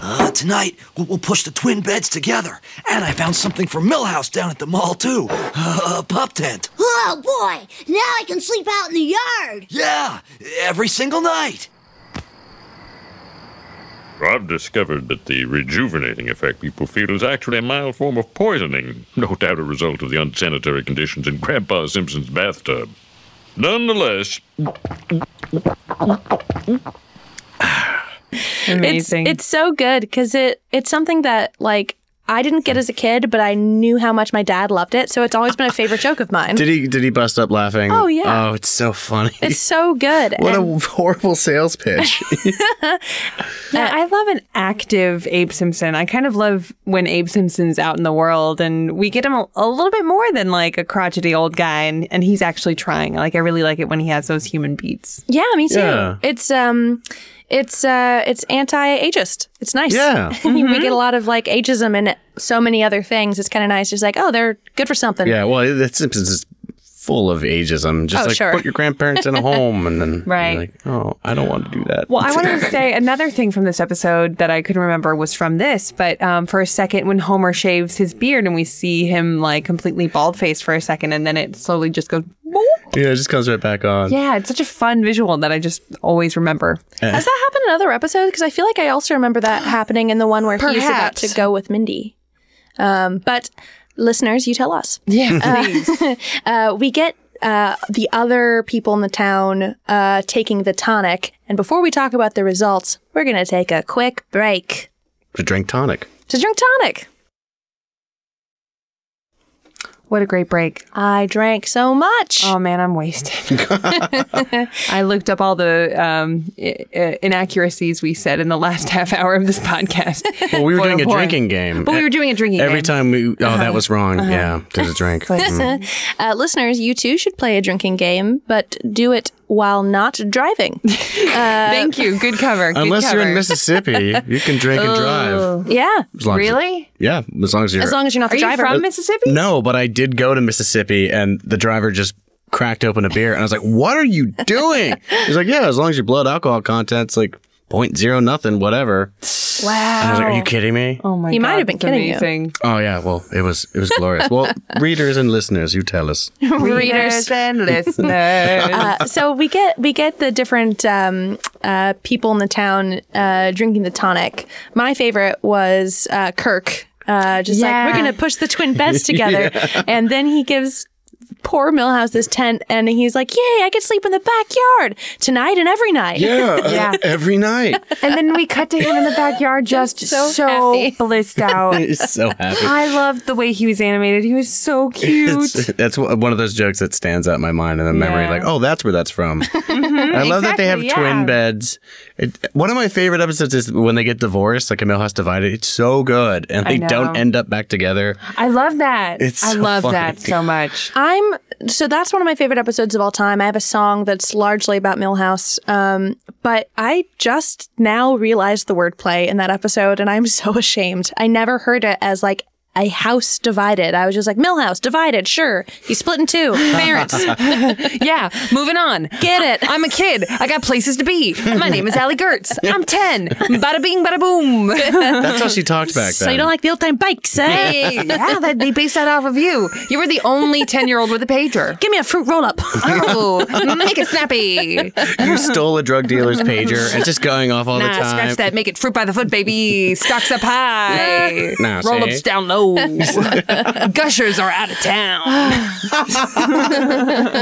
S12: Uh, tonight, we'll, we'll push the twin beds together. And I found something for Millhouse down at the mall, too. *laughs* Uh, a pup tent.
S6: Oh boy! Now I can sleep out in the yard!
S12: Yeah, every single night.
S13: I've discovered that the rejuvenating effect people feel is actually a mild form of poisoning, no doubt a result of the unsanitary conditions in Grandpa Simpson's bathtub. Nonetheless,
S3: Amazing.
S2: It's, it's so good because it it's something that like I didn't get as a kid, but I knew how much my dad loved it, so it's always been a favorite joke of mine.
S1: *laughs* Did he did he bust up laughing?
S2: Oh, yeah.
S1: Oh, it's so funny.
S2: It's so good.
S1: *laughs* what
S2: and-
S1: a horrible
S3: *laughs*
S1: sales pitch.
S3: Yeah, I love an active Abe Simpson. I kind of love when Abe Simpson's out in the world and we get him a, a little bit more than like a crotchety old guy and, and he's actually trying. Like I really like it when he has those human beats.
S2: yeah, me too.
S3: Yeah.
S2: It's um, it's uh, it's anti-ageist. It's nice.
S3: Yeah.
S2: *laughs*
S1: Mm-hmm.
S2: we get a lot of like ageism and so many other things. It's kind of nice. Just like oh, they're good for something.
S1: yeah, well, it- that Simpsons is full of ageism. Just
S2: Oh,
S1: like
S2: sure.
S1: put your grandparents in a home, and then
S3: Right.
S1: you're like, oh, I don't want to do that.
S3: Well, I wanted
S1: *laughs*
S3: to say another thing from this episode that I couldn't remember was from this, but um, for a second, when Homer shaves his beard and we see him like completely bald faced for a second, and then it slowly just goes.
S1: yeah, it just comes right back on.
S3: Yeah, it's such a fun visual that I just always remember.
S2: Has that happened in other episodes? Because I feel like I also remember
S3: *gasps*
S2: that happening in the one where he's about
S3: Perhaps.
S2: to go with Mindy. Um, but listeners, you tell us.
S3: Yeah,
S2: please. *laughs* uh, we get uh, the other people in the town uh, taking the tonic, and before we talk about the results, we're going to take a quick break
S1: To drink tonic.
S2: to drink tonic.
S3: What a great break.
S2: I drank so much. *laughs*
S3: Oh man, I'm wasted.
S1: *laughs*
S3: *laughs* I looked up all the um, i- i- inaccuracies we said in the last *laughs* half hour of this podcast. *laughs*
S1: Well, we were
S3: Boy,
S1: doing
S3: oh, boy.
S1: a drinking game.
S3: But we were doing a drinking
S1: Every
S3: game.
S1: time we, oh, that was wrong.
S3: Uh-huh.
S1: Yeah, did
S3: *laughs*
S1: a drink. Mm.
S2: uh, listeners, you too should play a drinking game, but do it while not
S3: *laughs*
S2: driving. Uh,
S3: Thank you. Good cover. Good
S1: Unless you're in
S3: cover.
S1: Mississippi, you can drink
S3: *laughs*
S1: and drive.
S2: Yeah.
S1: As long as you-
S3: really?
S1: Yeah, as long as you're
S2: As long as you're not the
S3: Are you
S2: driver.
S3: from Mississippi?
S1: No, but I did go to Mississippi and the driver just cracked open a beer and I was like, What are you doing? He's like, Yeah, as long as your blood alcohol content's like point zero nothing, whatever.
S2: Wow.
S1: And I was like, Are you kidding me?
S3: Oh my
S2: He might
S3: God,
S2: have been
S3: that's
S2: kidding you.
S3: amazing.
S1: Oh yeah, well it was it was
S3: *laughs*
S1: glorious. well, readers and listeners, you tell us.
S3: Readers and listeners.
S2: Uh, so we get we get the different um, uh, people in the town uh, drinking the tonic. My favorite was uh, Kirk. Uh, just
S3: Yeah.
S2: like we're gonna push the twin beds together, and then he gives poor Millhouse this tent, and he's like, "Yay, I could sleep in the backyard tonight and every night."
S3: *laughs* Yeah.
S1: Every night.
S3: *laughs* and then we cut to him in the backyard just so, blissed out.
S1: He's so happy.
S3: I loved the way he was animated. He was so cute.
S1: It's, *laughs* that's one of those jokes that stands out in my mind and the memory.
S3: Yeah.
S1: Like, oh, that's where that's from. I love that they have
S3: exactly, yeah.
S1: twin beds. It, one of my favorite episodes is when they get divorced, like Camille has divided. It's so good, and
S3: I
S1: they
S3: know.
S1: don't end up back together.
S3: I love that.
S1: It's
S3: I
S1: so
S3: love
S1: funny.
S3: that so much.
S2: I'm so that's one of my favorite episodes of all time. I have a song that's largely about Millhouse, um, but I just now realized the wordplay in that episode, and I'm *laughs* so ashamed. I never heard it as like a house divided. I was just like Millhouse divided. Sure, he's split in two. Parents,
S3: *laughs* yeah, moving on.
S2: get it?
S3: I'm a kid. I got places to be. My name is Allie Gertz. I'm 10. Bada bing, bada boom.
S1: That's how she talked back
S2: *laughs*
S1: then.
S2: So you don't like the old time bikes, eh? *laughs*
S3: *laughs* hey, yeah, that, they based that off of you. You were the only 10 year old with a pager.
S2: Give me a fruit roll up.
S3: Oh, make it snappy.
S1: you stole a drug dealer's pager and just going off all
S3: nah,
S1: the time.
S3: scratch that. Make it fruit by the foot, baby. Stocks up high.
S1: *laughs* Nah,
S3: Roll
S1: see?
S3: ups down low. *laughs* Gushers are out of town.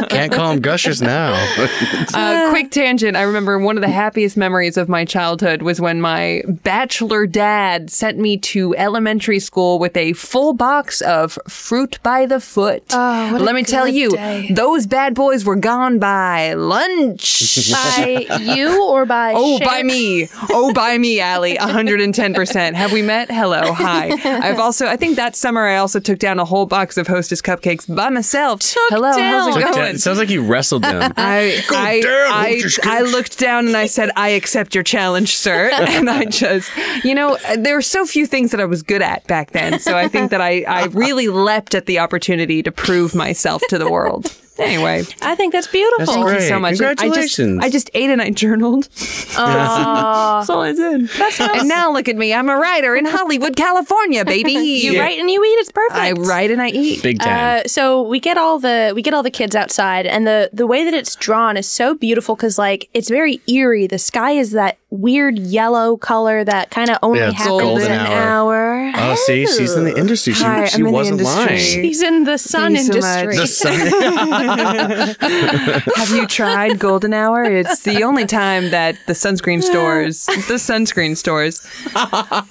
S1: Can't call them gushers now.
S3: *laughs* Uh, quick tangent. I remember one of the happiest memories of my childhood was when my bachelor dad sent me to elementary school with a full box of fruit by the foot.
S2: Oh, what a
S3: Let me tell
S2: good
S3: you,
S2: day.
S3: those bad boys were gone by lunch.
S2: by you or by
S3: Oh,
S2: Shay?
S3: by me. Oh, by me, Allie. 110%. Have we met? Hello. Hi. I've also, I think think that summer I also took down a whole box of Hostess cupcakes by myself. Hello, how's it
S1: Took
S3: going?
S1: down- it sounds like you wrestled them.
S3: I, I, I, I looked down and I said, I accept your challenge, sir. *laughs* And I just, you know, there were so few things that I was good at back then. So I think that I,
S1: *laughs*
S3: I really leapt at the opportunity to prove myself to the world. Anyway,
S2: I think that's beautiful.
S3: thank you so much. And
S1: Congratulations.
S3: I just, I just ate and I journaled. *laughs*
S2: Aw.
S3: that's all I did. And now look at me. I'm a writer in Hollywood, California, baby. *laughs*
S2: You write and you eat. It's perfect.
S3: I write and I eat.
S1: Big
S2: Uh, so we get all the we get all the kids outside, and the the way that it's drawn is so beautiful because like it's very eerie. The sky is that weird yellow color that kind of only
S1: Yeah, it's
S2: happens
S1: golden
S2: in an
S1: hour.
S2: hour.
S1: Oh, see, she's in the industry. She- Hi, she I'm in the wasn't industry. lying.
S2: She's in the sun
S3: Thank you so
S2: industry.
S1: much. The
S3: *laughs* Have you tried Golden Hour? It's the only time that the sunscreen stores, the sunscreen stores,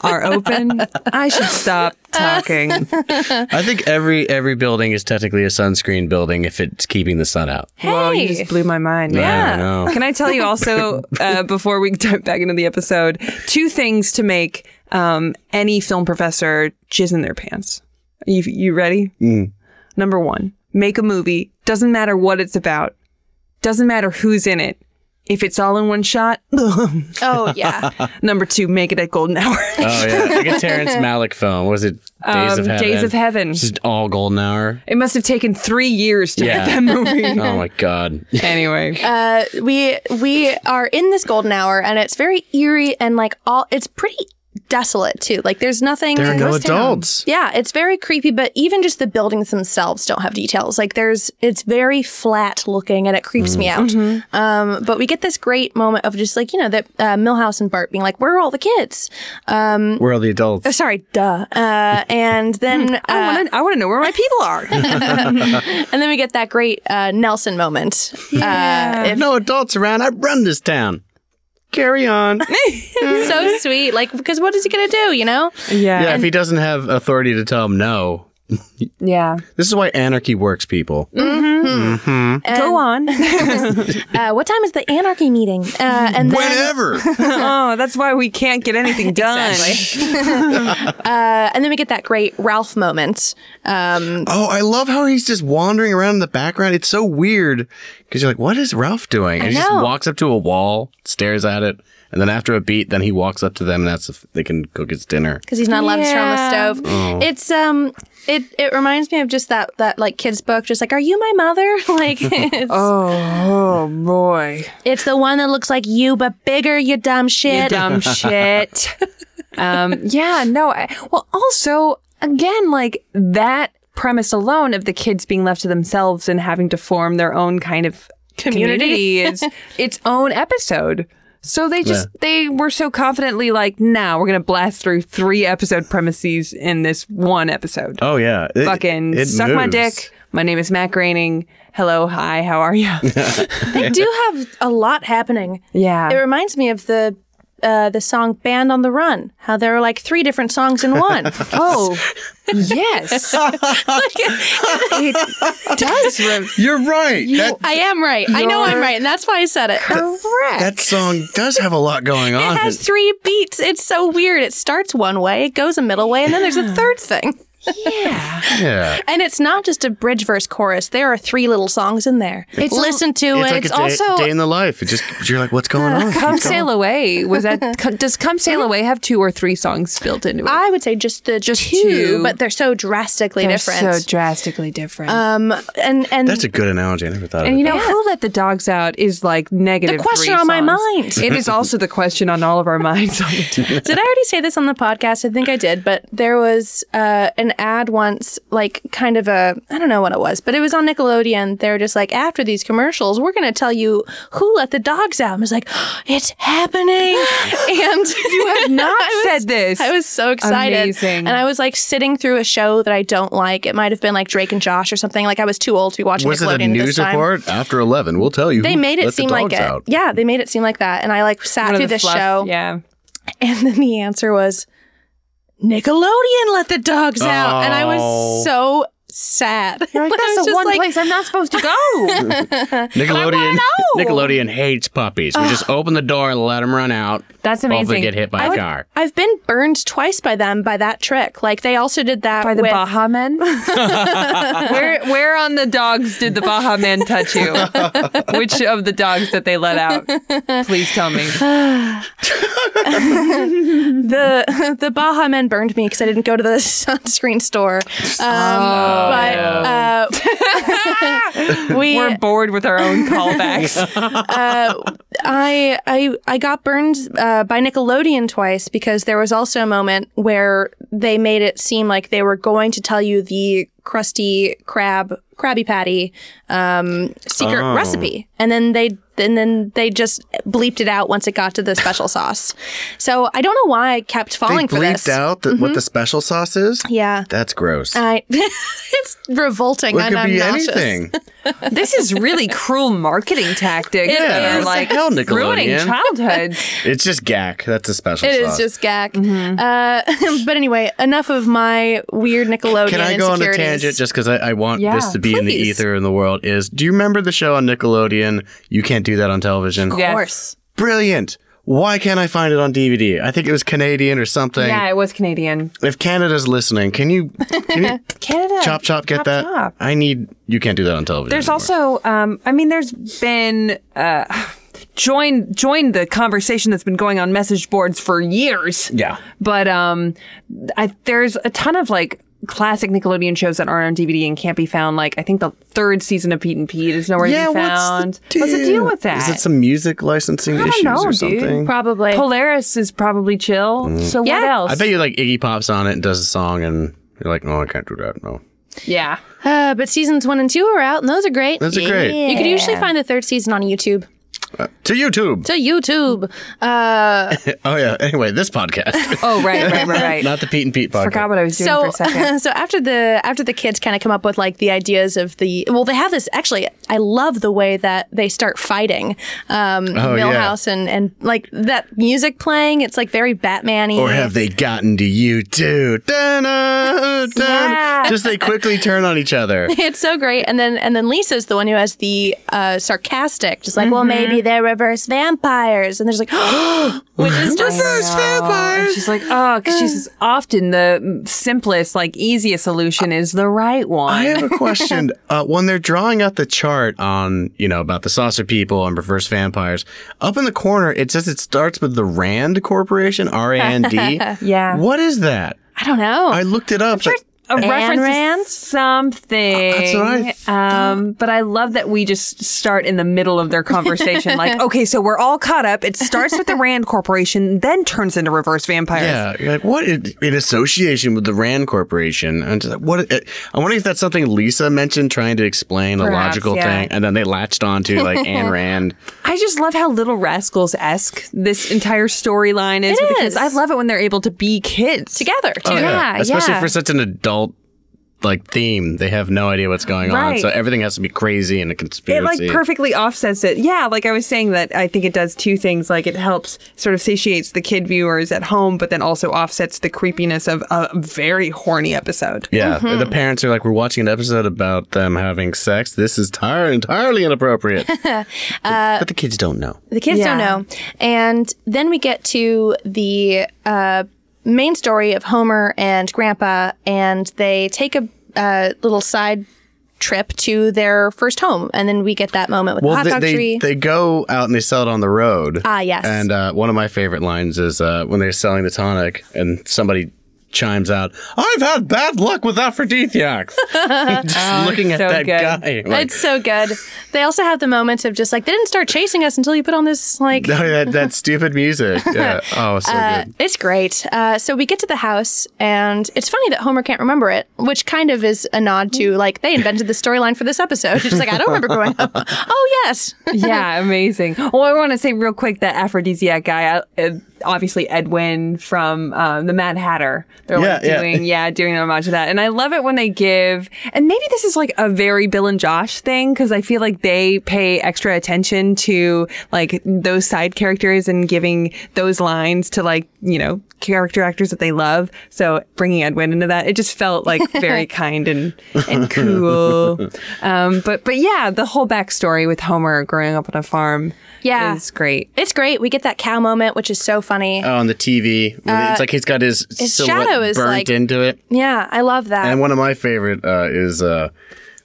S3: are open. I should *laughs* stop talking.
S1: I think every every building is technically a sunscreen building if it's keeping the sun out.
S3: Wow, you just blew my mind.
S1: Yeah,
S3: *laughs*
S1: I know.
S3: Can I tell you
S1: *laughs*
S3: also uh, before we dive back into the episode, two things to make um, any film professor jizz in their pants. You you ready?
S1: Mm.
S3: Number one, make a movie. Doesn't matter what it's about. Doesn't matter who's in it. If it's all in one shot. *laughs* oh
S2: yeah.
S3: Number two, make it at golden hour.
S1: Oh yeah, like
S3: *laughs*
S1: a Terrence Malick film. Was it Days of
S3: Um,
S1: Heaven?
S3: Days of Heaven.
S1: Just all
S3: *laughs*
S1: golden hour.
S3: It must have taken three years to
S1: yeah.
S3: make that movie.
S1: *laughs* oh my god.
S3: Anyway.
S2: uh, we we are in this golden hour, and it's very eerie and like all. It's pretty desolate too. Like there's nothing.
S1: There are no Ghost town. adults.
S2: Yeah, it's very creepy. But even just the buildings themselves don't have details. Like there's, it's very flat looking, and it creeps
S1: Mm.
S2: me out. Um, but we get this great moment of just like you know that uh, Millhouse and Bart being like, "Where are all the kids?"
S3: Mm.
S2: Um,
S1: *laughs* Where are the adults?
S2: oh, sorry, duh. Uh, and then *laughs* I want
S3: to I want to know where my people
S1: *laughs*
S3: are.
S2: *laughs* and then we get that great uh, Nelson moment. Uh, if-
S1: no adults around. I run this town.
S3: *laughs*
S1: Carry on.
S2: so sweet. Like, because what is he going to do, you know?
S1: Yeah. if he doesn't have authority to tell him no,
S3: Yeah.
S1: this is why anarchy works, people.
S3: Mm.
S2: Mm-hmm.
S1: Mm-hmm.
S3: Go on.
S2: uh, what time is the anarchy meeting? Uh, and
S1: Whenever.
S3: oh, that's why we can't get anything done.
S2: uh, and then we get that great Ralph moment. Um,
S1: Oh, I love how he's just wandering around in the background. It's so weird because you're like, what is Ralph doing?
S2: I
S1: And he just
S2: know.
S1: walks up to a wall, stares at it, and then after a beat, then he walks up to them and asks if they can cook his dinner.
S2: because he's not allowed to turn on the
S1: Yeah.
S2: stove.
S1: Oh.
S2: It's um, it it reminds me of just that that like kids book, just like, are you my mother? *laughs* like, it's,
S3: oh, boy,
S2: it's the one that looks like you but bigger. You dumb shit.
S3: You
S1: *laughs*
S3: dumb shit. um, yeah, no. I, well, also, again, like that premise alone of the kids being left to themselves and having to form their own kind of
S2: Community.
S3: community, is its own episode. So they just
S2: Yeah.
S3: they were so confidently like, nah, we're gonna blast through three episode premises in this one episode.
S1: Oh, yeah. It-
S3: Fucking
S1: it
S3: suck my
S1: moves.
S3: dick. My name is Matt Groening. Hello, hi, how are
S1: *laughs*
S3: you?
S2: They do have a lot happening.
S3: Yeah.
S2: It reminds me of the uh, the song Band on the Run, how there are like three different songs in one.
S3: *laughs* oh, *laughs* yes. it does.
S1: You're right. that,
S2: I am right. I know I'm
S1: You're
S2: right, and that's why I said it. Correct. *laughs*
S1: that song does have a lot going on.
S2: It has three beats. It's so weird. It starts one way, it goes a middle way, and then there's a third thing.
S1: yeah.
S2: And it's not just a bridge verse chorus. There are three little songs in there.
S1: It's
S2: Listen to
S1: it's
S2: it.
S1: like a day, day in the life. It just you're like, what's
S2: Uh,
S1: going on?
S3: Come
S1: What's going
S3: Sail Away was *laughs* that? co- Does Come Sail Away have two or three songs built into it?
S2: I would say just the just two,
S3: two.
S2: but they're so drastically
S3: They're
S2: different.
S3: so drastically different.
S2: um, and and
S1: That's a good analogy. I never thought of
S3: and
S1: it.
S3: you know who let the dogs out is like negative.
S2: The question
S3: three
S2: on my
S3: songs.
S2: mind.
S3: It is also the question on all of our *laughs* minds. All the time.
S2: did I already say this on the podcast? I think I did, but there was uh, an ad once, like kind of a, I don't know what it was, but it was on Nickelodeon. They were just like, after these commercials, we're going to tell you who let the dogs out. I was like, *gasps* it's
S3: *gasps*
S2: happening. and you *laughs*
S3: have not said this.
S2: I was so excited.
S3: Amazing.
S2: And I was like sitting through a show that I don't like. It might have been like Drake and Josh or something. Like I was too old to be watching
S1: Was it
S2: Nickelodeon
S1: a
S2: at this
S1: news
S2: time.
S1: report after eleven? We'll tell you.
S2: They
S1: who
S2: made it
S1: let the
S2: seem like
S1: dogs
S2: it.
S1: out.
S2: Yeah, they made it seem like that. And I like sat
S3: One of
S2: through
S3: the
S2: this
S3: fluff-
S2: show.
S3: Yeah.
S2: And then the answer was Nickelodeon let the dogs out. And I
S1: Oh.
S2: was so sad. *laughs*
S3: Like,
S2: I was
S3: that's the
S2: just
S3: one
S2: like-
S3: place I'm not supposed to *laughs* go.
S14: Nickelodeon. Nickelodeon hates puppies. We
S2: Ugh.
S14: just open the door and let them run out.
S2: That's
S14: Hopefully,
S2: amazing.
S14: get hit by
S2: I
S14: a
S2: would-
S14: car.
S2: I've been burned twice by them by that trick. Like they also did that by the with... Baja
S1: *laughs*
S3: Men. *laughs* where where on the dogs did the Baja men touch you? Which of the dogs that they let out? Please tell *laughs* me.
S2: the *laughs* the Baja Men burned me because I didn't go to the *laughs* sunscreen store. Um, but uh, *laughs* we
S3: We're bored with our own callbacks.
S2: uh, I I I got burned uh, by Nickelodeon twice because there was also a moment where they made it seem like they were going to tell you the crusty crab Krabby Patty um, secret
S1: Oh.
S2: recipe, and then they and then they just bleeped it out once it got to the special sauce. So I don't know why I kept falling
S1: they
S2: for
S1: bleeped
S2: this.
S1: out th- what
S2: Mhm.
S1: the special sauce is.
S2: Yeah.
S1: that's gross.
S2: I, *laughs* it's revolting.
S1: Well, it
S2: and
S1: could
S2: I'm
S1: be
S2: nauseous. *laughs*
S1: anything.
S3: *laughs* this is really cruel marketing tactics.
S2: Yeah,
S3: and,
S2: what the
S3: like
S2: hell,
S3: ruining *laughs*
S1: Nickelodeon?
S3: childhood.
S1: It's just gack. That's a special
S2: It is
S1: sauce.
S2: just gack. Uh, *laughs* but anyway, enough of my weird Nickelodeon
S1: Can I go on a
S2: insecurities.
S1: tangent just because I, I want
S2: Yeah,
S1: this to be in the
S2: please.
S1: ether in the world? Is do you remember the show on Nickelodeon? You can't do that on television.
S2: Of course.
S1: Brilliant. Why can't I find it on DVD? I think it was Canadian or something.
S3: Yeah, it was Canadian.
S1: If Canada's listening, can you
S2: *laughs*
S3: Canada.
S1: chop chop get that?
S3: chop.
S1: I need. You can't do that on television.
S3: There's also, um, I mean, there's been uh, *sighs* join join the conversation that's been going on message boards for years.
S1: Yeah.
S3: but um, I, there's a ton of like classic Nickelodeon shows that aren't on DVD and can't be found. Like I think the third season of Pete and Pete is nowhere
S1: Yeah,
S3: to be
S1: what's the
S3: found. What's the deal with that?
S1: Is it some music licensing
S3: I
S1: issues
S3: don't know,
S1: or
S3: dude.
S1: something?
S2: Probably
S3: Polaris is probably chill.
S1: Mm.
S3: So what else?
S1: I bet you like Iggy pops on it and does a song, and you're like, no, I can't do that. No.
S3: yeah.
S2: Uh, but seasons one and two are out, and those are great.
S1: Those are great.
S2: You could usually
S1: Yeah.
S2: find the third season on YouTube.
S1: Uh, to YouTube.
S2: To YouTube. Uh,
S1: oh yeah. Anyway, this podcast.
S3: Oh, right, right, *laughs* right, right.
S1: *laughs* Not the Pete and Pete podcast.
S3: Forgot what I was doing
S2: so, *laughs*
S3: for a second.
S2: so after the after the kids kind of come up with like the ideas of the well, they have this actually. I love the way that they start fighting um,
S1: Oh, yeah.
S2: Millhouse and and like that music playing. It's like very Batman-y.
S1: Or have they gotten to you too?
S3: *laughs*
S1: Dun-dun, dun.
S2: Yeah.
S1: Just they quickly turn on each other.
S2: *laughs* It's so great, and then and then Lisa's the one who has the uh, sarcastic, just like, well, maybe they're reverse vampires, and there's like, *gasps* which is just
S3: vampires. *laughs* She's like, oh, because *laughs* she's often the simplest, like easiest solution is the right one.
S1: I have a
S3: *laughs*
S1: question. uh, when they're drawing out the chart on, you know, about the saucer people and reverse vampires, up in the corner it says it starts with the Rand Corporation, R A N D.
S3: *laughs* Yeah. Oh,
S1: What is that?
S2: I don't know.
S1: I looked it up. Like,
S3: a
S1: Ayn
S3: reference to something.
S1: That's what I
S3: um, but I love that we just start in the middle of their conversation. like, *laughs* okay, so we're all caught up. It starts with the Rand Corporation, then turns into reverse vampires.
S1: yeah, you're like what in, in association with the Rand Corporation? And it's like, what? It, I'm wondering if that's something Lisa mentioned, trying to explain a
S3: Perhaps,
S1: logical
S3: yeah.
S1: thing, and then they latched onto like
S3: *laughs*
S1: Ayn Rand.
S3: I just love how Little Rascals esque this entire storyline is.
S2: It
S3: because
S2: is.
S3: I love it when they're able to be kids
S2: together.
S1: Oh,
S3: yeah,
S1: Especially
S3: yeah.
S1: for such an adult like theme. They have no idea what's going on.
S3: Right.
S1: So everything has to be crazy and a conspiracy.
S3: It like perfectly offsets it. Yeah, like I was saying that I think it does two things. Like it helps sort of satiates the kid viewers at home, but then also offsets the creepiness of a very horny episode.
S1: Yeah.
S2: mm-hmm.
S1: The parents are like, We're watching an episode about them having sex. This is tir- entirely inappropriate.
S2: *laughs* uh,
S1: but the kids don't know.
S2: The kids
S1: Yeah.
S2: don't know. And then we get to the uh, main story of Homer and Grandpa, and they take a uh, little side trip to their first home. And then we get that moment with the hot
S1: they,
S2: dog
S1: they,
S2: tree.
S1: they go out and they sell it on the road.
S2: Ah, yes.
S1: And uh, one of my favorite lines is uh, when they're selling the tonic and somebody chimes out, I've had bad luck
S2: *laughs*
S1: with aphrodisiacs. *laughs* Just looking at that guy. like,
S2: it's so good. They also have the moment of just like, they didn't start chasing us until you put on this,
S1: *laughs*
S2: like,
S1: No, that, Oh, that stupid music.
S2: *laughs*
S1: Yeah. Oh, so
S2: Uh,
S1: good.
S2: It's great. Uh, so we get to the house, and it's funny that Homer can't remember it, which kind of is a nod to like they invented the storyline for this episode. She's like, I don't remember growing
S3: *laughs*
S2: up. Oh yes,
S3: yeah, amazing. Well, I want to say real quick that aphrodisiac guy. I, uh, obviously Edwin from um, the Mad Hatter. They're like
S15: Yeah, yeah.
S3: doing, yeah, doing an homage to that. And I love it when they give, and maybe this is like a very Bill and Josh thing because I feel like they pay extra attention to like those side characters and giving those lines to like, you know, character actors that they love. So bringing Edwin into that, it just felt *laughs* like very kind and, and cool. Um, but, but yeah, the whole backstory with Homer growing up on a farm
S2: Yeah.
S3: is great.
S2: It's great. We get that cow moment, which is so funny.
S1: Oh, on the TV, with-
S2: Uh,
S1: it's like he's got his,
S2: his
S1: silhouette
S2: shadow is,
S1: burnt
S2: like-
S1: into it.
S2: yeah, I love that.
S1: And one of my favorite uh, is uh,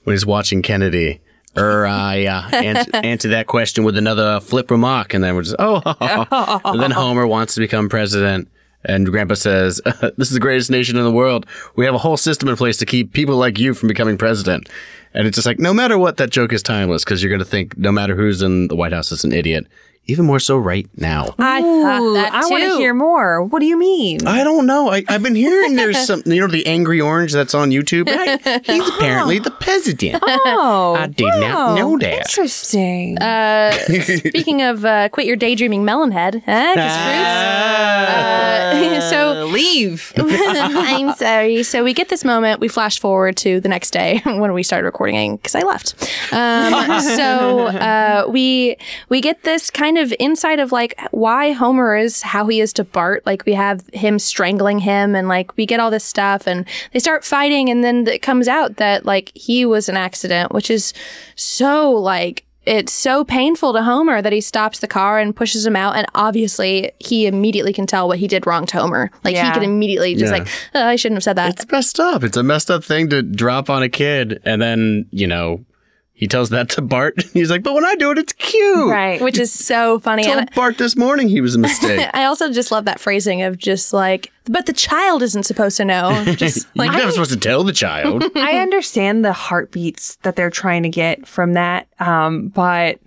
S1: when he's watching Kennedy. Er, uh, yeah, answer, answer that question with another flip remark, and then we're just oh. and then Homer wants to become president, and Grandpa says, *laughs* "This is the greatest nation in the world. We have a whole system in place to keep people like you from becoming president." And it's just like, no matter what, that joke is timeless because you're going to think, no matter who's in the White House, is an idiot. Even more so right now.
S3: I
S2: thought that
S3: I want to
S2: too.
S3: hear more. What do you mean?
S1: I don't know. I, I've been
S3: *laughs*
S1: hearing there's some, you know, the angry orange that's on YouTube. Right? He's apparently
S3: *laughs*
S1: the president.
S3: Oh,
S1: I did not know that.
S3: Interesting.
S2: Uh, *laughs* speaking of uh, quit your daydreaming, Melonhead. Eh, 'cause
S3: Ah.
S2: fruits. Uh, *laughs*
S3: Oh.
S2: so
S3: leave.
S2: I'm sorry. So we get this moment. We flash forward to the next day *laughs* when we started recording because I left. Um, so uh, we we get this kind of insight of like why Homer is how he is to Bart. Like we have him strangling him, and like we get all this stuff, and they start fighting, and then it comes out that like he was an accident, which is so like it's so painful to Homer that he stops the car and pushes him out. And obviously, he immediately can tell what he did wrong to Homer. Like,
S3: Yeah.
S2: he can immediately just,
S1: Yeah.
S2: like, "Uh, I shouldn't have said that.
S1: It's messed up. It's a messed up thing to drop on a kid, and then you know he tells that to Bart. *laughs* He's like, "But when I do it, it's cute."
S3: Right.
S2: *laughs* Which is so funny.
S1: Told
S2: And
S1: Bart this morning he was a
S3: *laughs*
S1: mistake.
S2: I also just love that phrasing of just like, but the child isn't supposed to
S3: *laughs*
S2: know. Just like,
S1: You're never supposed to tell the child.
S3: I understand the heartbeats that they're trying to get from that, um, but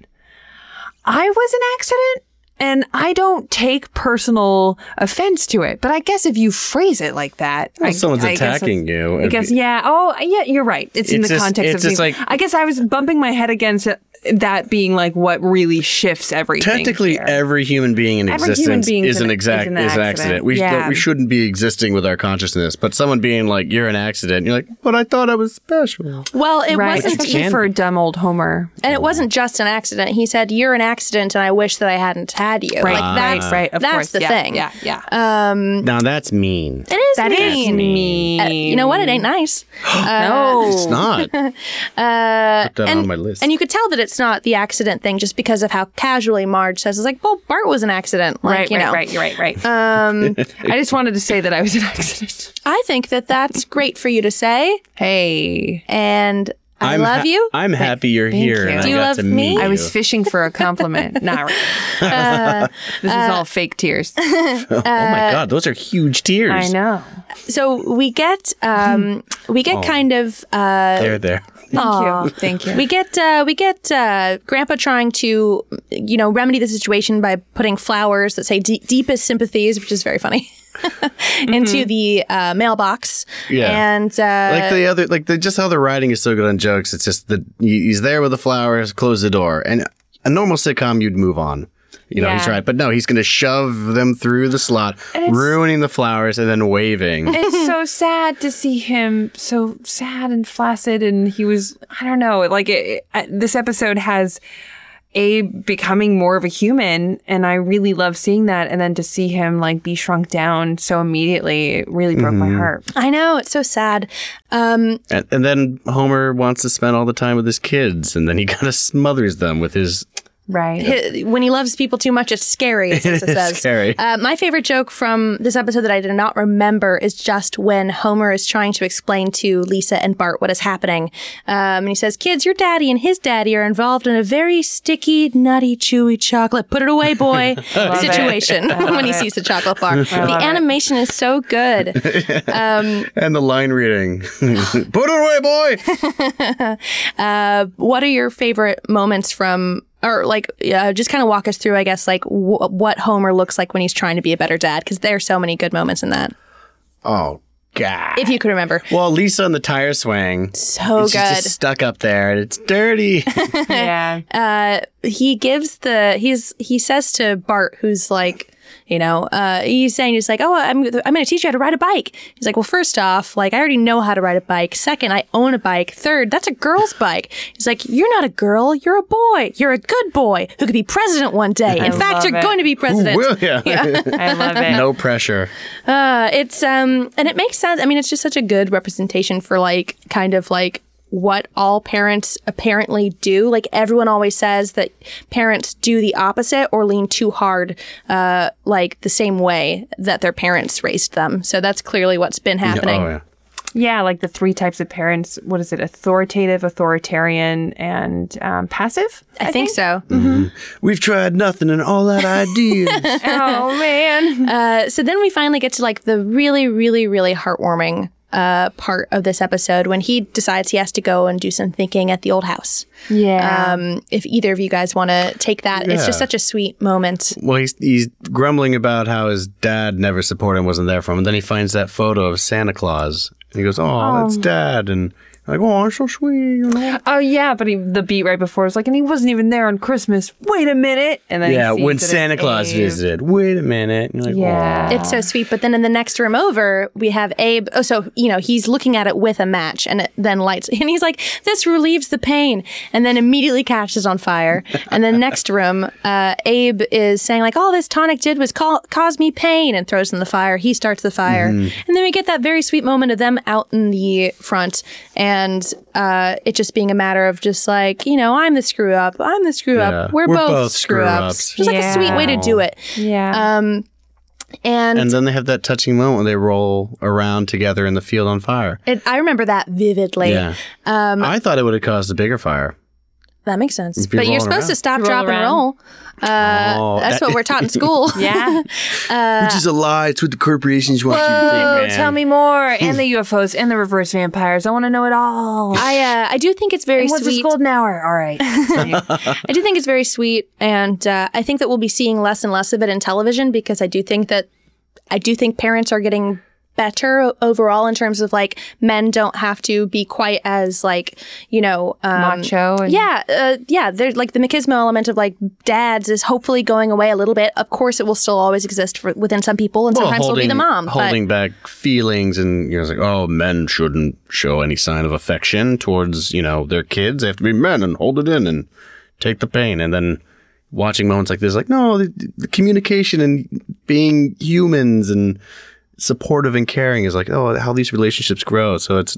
S3: I was an accident. And I don't take personal offense to it, but I guess if you phrase it like that,
S1: Well,
S3: I,
S1: someone's
S3: I guess
S1: attacking
S3: it's-
S1: you.
S3: I guess, yeah. Oh, yeah. You're right. It's, in the
S1: It's just-
S3: context
S1: it's
S3: of
S1: just
S3: being-
S1: like-
S3: I guess I was bumping my head against that being like what really shifts everything.
S1: Technically, every human being in
S3: Every human
S1: existence
S3: being's
S1: is
S3: an-
S1: an
S3: is
S1: exact
S3: an
S1: is an
S3: accident.
S1: accident. We
S3: Yeah.
S1: we shouldn't be existing with our consciousness. But someone being like, "You're an accident," you're like, "But I thought I was special."
S2: well, it
S3: right.
S2: wasn't.
S3: especially for dumb old Homer.
S2: And it wasn't just an accident. He said, "You're an accident, and I wish that I hadn't had you."
S3: Right,
S2: like
S3: right,
S2: that's
S3: right, of
S2: that's
S3: course,
S2: the
S3: yeah,
S2: thing.
S3: yeah, yeah.
S2: Um,
S3: Mm.
S1: Now that's mean.
S2: It is
S3: That is
S2: mean. Uh, you know what? It ain't nice.
S3: No.
S1: It's not.
S2: *laughs* Uh, that
S1: that
S2: Uh, and,
S1: on my list.
S2: And you could tell that it's not the accident thing just because of how casually Marge says it's like, well, Bart was an accident. Like,
S3: right,
S2: you
S3: right,
S2: know.
S3: right, you're right, *laughs* right.
S2: Um,
S3: I just wanted to say that I was an accident.
S2: I think that that's great for you to say.
S3: *laughs* Hey,
S2: And I
S1: I'm
S2: love
S1: ha-
S2: you.
S1: I'm happy you're here. And
S2: Do
S1: I
S2: you
S1: got
S2: love
S1: to
S2: me?
S1: meet
S3: I was
S1: you.
S3: fishing for a compliment. Not *laughs* really. Uh, this is all fake tears.
S1: oh my god, those are huge tears.
S3: I know.
S2: So we get um, we get
S1: Oh.
S2: kind of uh,
S1: They're there.
S3: Thank
S2: Aw.
S3: you. Thank you.
S2: We get uh, we get uh, Grandpa trying to you know remedy the situation by putting flowers that say de- deepest sympathies, which is very funny, *laughs* into the uh, mailbox.
S1: Mm-hmm. Yeah.
S2: and uh,
S1: like the other, like the just how the writing is so good on jokes. It's just that he- he's there with the flowers, close the door, and a normal sitcom you'd move on. You know, he's
S3: Yeah.
S1: right, but no, he's going to shove them through the slot, ruining the flowers and then waving.
S3: it's *laughs* so sad to see him so sad and flaccid and he was i don't know like it, it, this episode has a becoming more of a human and i really love seeing that and then to see him like be shrunk down so immediately it really broke my heart
S2: I know it's so sad. Um,
S1: and, and then Homer wants to spend all the time with his kids, and then he *laughs* kind of smothers them with his.
S3: right *laughs*
S2: hi- when he loves people too much, it's scary. As
S1: It
S2: Lisa
S1: is
S2: says.
S1: scary.
S2: Uh, my favorite joke from this episode that I did not remember is just when Homer is trying to explain to Lisa and Bart what is happening, um, and he says, "Kids, your daddy and his daddy are involved in a very sticky, nutty, chewy chocolate. Put it away, boy."
S3: *laughs* Love it.
S2: situation
S3: I *laughs* love
S2: *laughs* when he
S3: it.
S2: sees the chocolate bar. the
S3: *laughs* love it.
S2: animation is so good. Um,
S1: And the line reading, *laughs* put it away, boy.
S2: uh, what are your favorite moments from, or like, uh, just kind of walk us through, I guess, like w- what Homer looks like when he's trying to be a better dad? Because there are so many good moments in that,
S1: Oh God.
S2: if you could remember.
S1: Well, Lisa on the tire swing.
S2: So
S1: She's
S2: good.
S1: just stuck up there, and it's dirty.
S3: yeah
S2: uh, he gives the he's he says to Bart, who's like You know, uh, he's saying he's like, oh, I'm I'm going to teach you how to ride a bike. He's like, well, first off, like I already know how to ride a bike. Second, I own a bike. Third, that's a girl's bike. He's like, you're not a girl, you're a boy. You're a good boy who could be president one day. In
S3: I
S2: fact,
S3: love
S2: you're
S3: it.
S2: going to be president.
S1: will ya?
S3: I love it.
S1: *laughs* No pressure.
S2: Uh, it's um, and it makes sense. I mean, it's just such a good representation for like kind of like what all parents apparently do. Like everyone always says that parents do the opposite or lean too hard, uh, like the same way that their parents raised them. So that's clearly what's been happening.
S1: Oh,
S3: Yeah, like the three types of parents. What is it? Authoritative, authoritarian, and um, passive.
S2: I, think, so.
S11: We've tried nothing and all that ideas.
S3: *laughs* oh man.
S2: Uh, so then we finally get to like the really, really, really heartwarming uh, part of this episode when he decides he has to go and do some thinking at the old house.
S3: *laughs* Yeah.
S2: Um, if either of you guys want to take that, it's just
S1: Yeah.
S2: such a sweet moment.
S1: Well, he's, he's grumbling about how his dad never supported him, wasn't there for him. And then he finds that photo of Santa Claus. And he goes, Oh, that's dad. And like, Oh, so sweet. You know?
S3: Oh yeah, but he, the beat right before was like, and he wasn't even there on Christmas. Wait a minute, and then he
S1: yeah,
S3: sees
S1: when
S3: that it's
S1: Santa Claus
S3: Abe.
S1: visited. Wait a minute. And you're like,
S3: Yeah.
S1: "Aw."
S2: It's so sweet. But then in the next room over, we have Abe. Oh, so, you know, he's looking at it with a match and it then lights. And he's like, this relieves the pain. And then immediately catches on *laughs* fire. And then next room, uh, Abe is saying, like, all this tonic did was call, cause me pain and throws in the fire. He starts the fire. And then we get that very sweet moment of them out in the front and uh, it just being a matter of just like, you know, I'm the screw up. I'm the screw
S1: Yeah.
S2: up. We're, both, screw ups. Just like a sweet way to do it.
S3: Yeah.
S2: Um, and,
S1: And then they have that touching moment when they roll around together in the field on fire.
S2: It, I remember that vividly.
S1: Yeah.
S2: Um,
S1: I thought it would have caused a bigger fire.
S2: that makes sense.
S1: If you
S2: But you're
S1: roll
S2: supposed to stop,
S1: around.
S3: Roll
S2: drop, and
S3: around.
S2: roll. Uh,
S1: Oh,
S2: that's
S1: that-
S2: what we're taught in
S1: *laughs*
S2: school.
S3: *laughs* Yeah.
S11: Which is a lie. It's what the corporations want
S3: Whoa,
S11: you to think,
S3: tell
S11: man.
S3: me more.
S1: *laughs*
S3: And the UFOs and the reverse vampires. I want to know it all.
S2: *laughs* I uh, I do think it's very
S3: And what's this
S2: sweet.
S3: golden hour? All *laughs* right. Um,
S2: I do think it's very sweet, and uh, I think that we'll be seeing less and less of it in television because I do think that I do think parents are getting better o- overall in terms of like men don't have to be quite as like you know um,
S3: Macho and-
S2: yeah uh, yeah there's like the machismo element of like dads is hopefully going away a little bit of course it will still always exist for, within some people and
S1: Well,
S2: sometimes it'll be the mom but
S1: holding back feelings, and you know, it's like, oh, men shouldn't show any sign of affection towards you know their kids. They have to be men and hold it in and take the pain. And then watching moments like this, like, no, the, the communication and being humans and supportive and caring is like, oh, how these relationships grow. So it's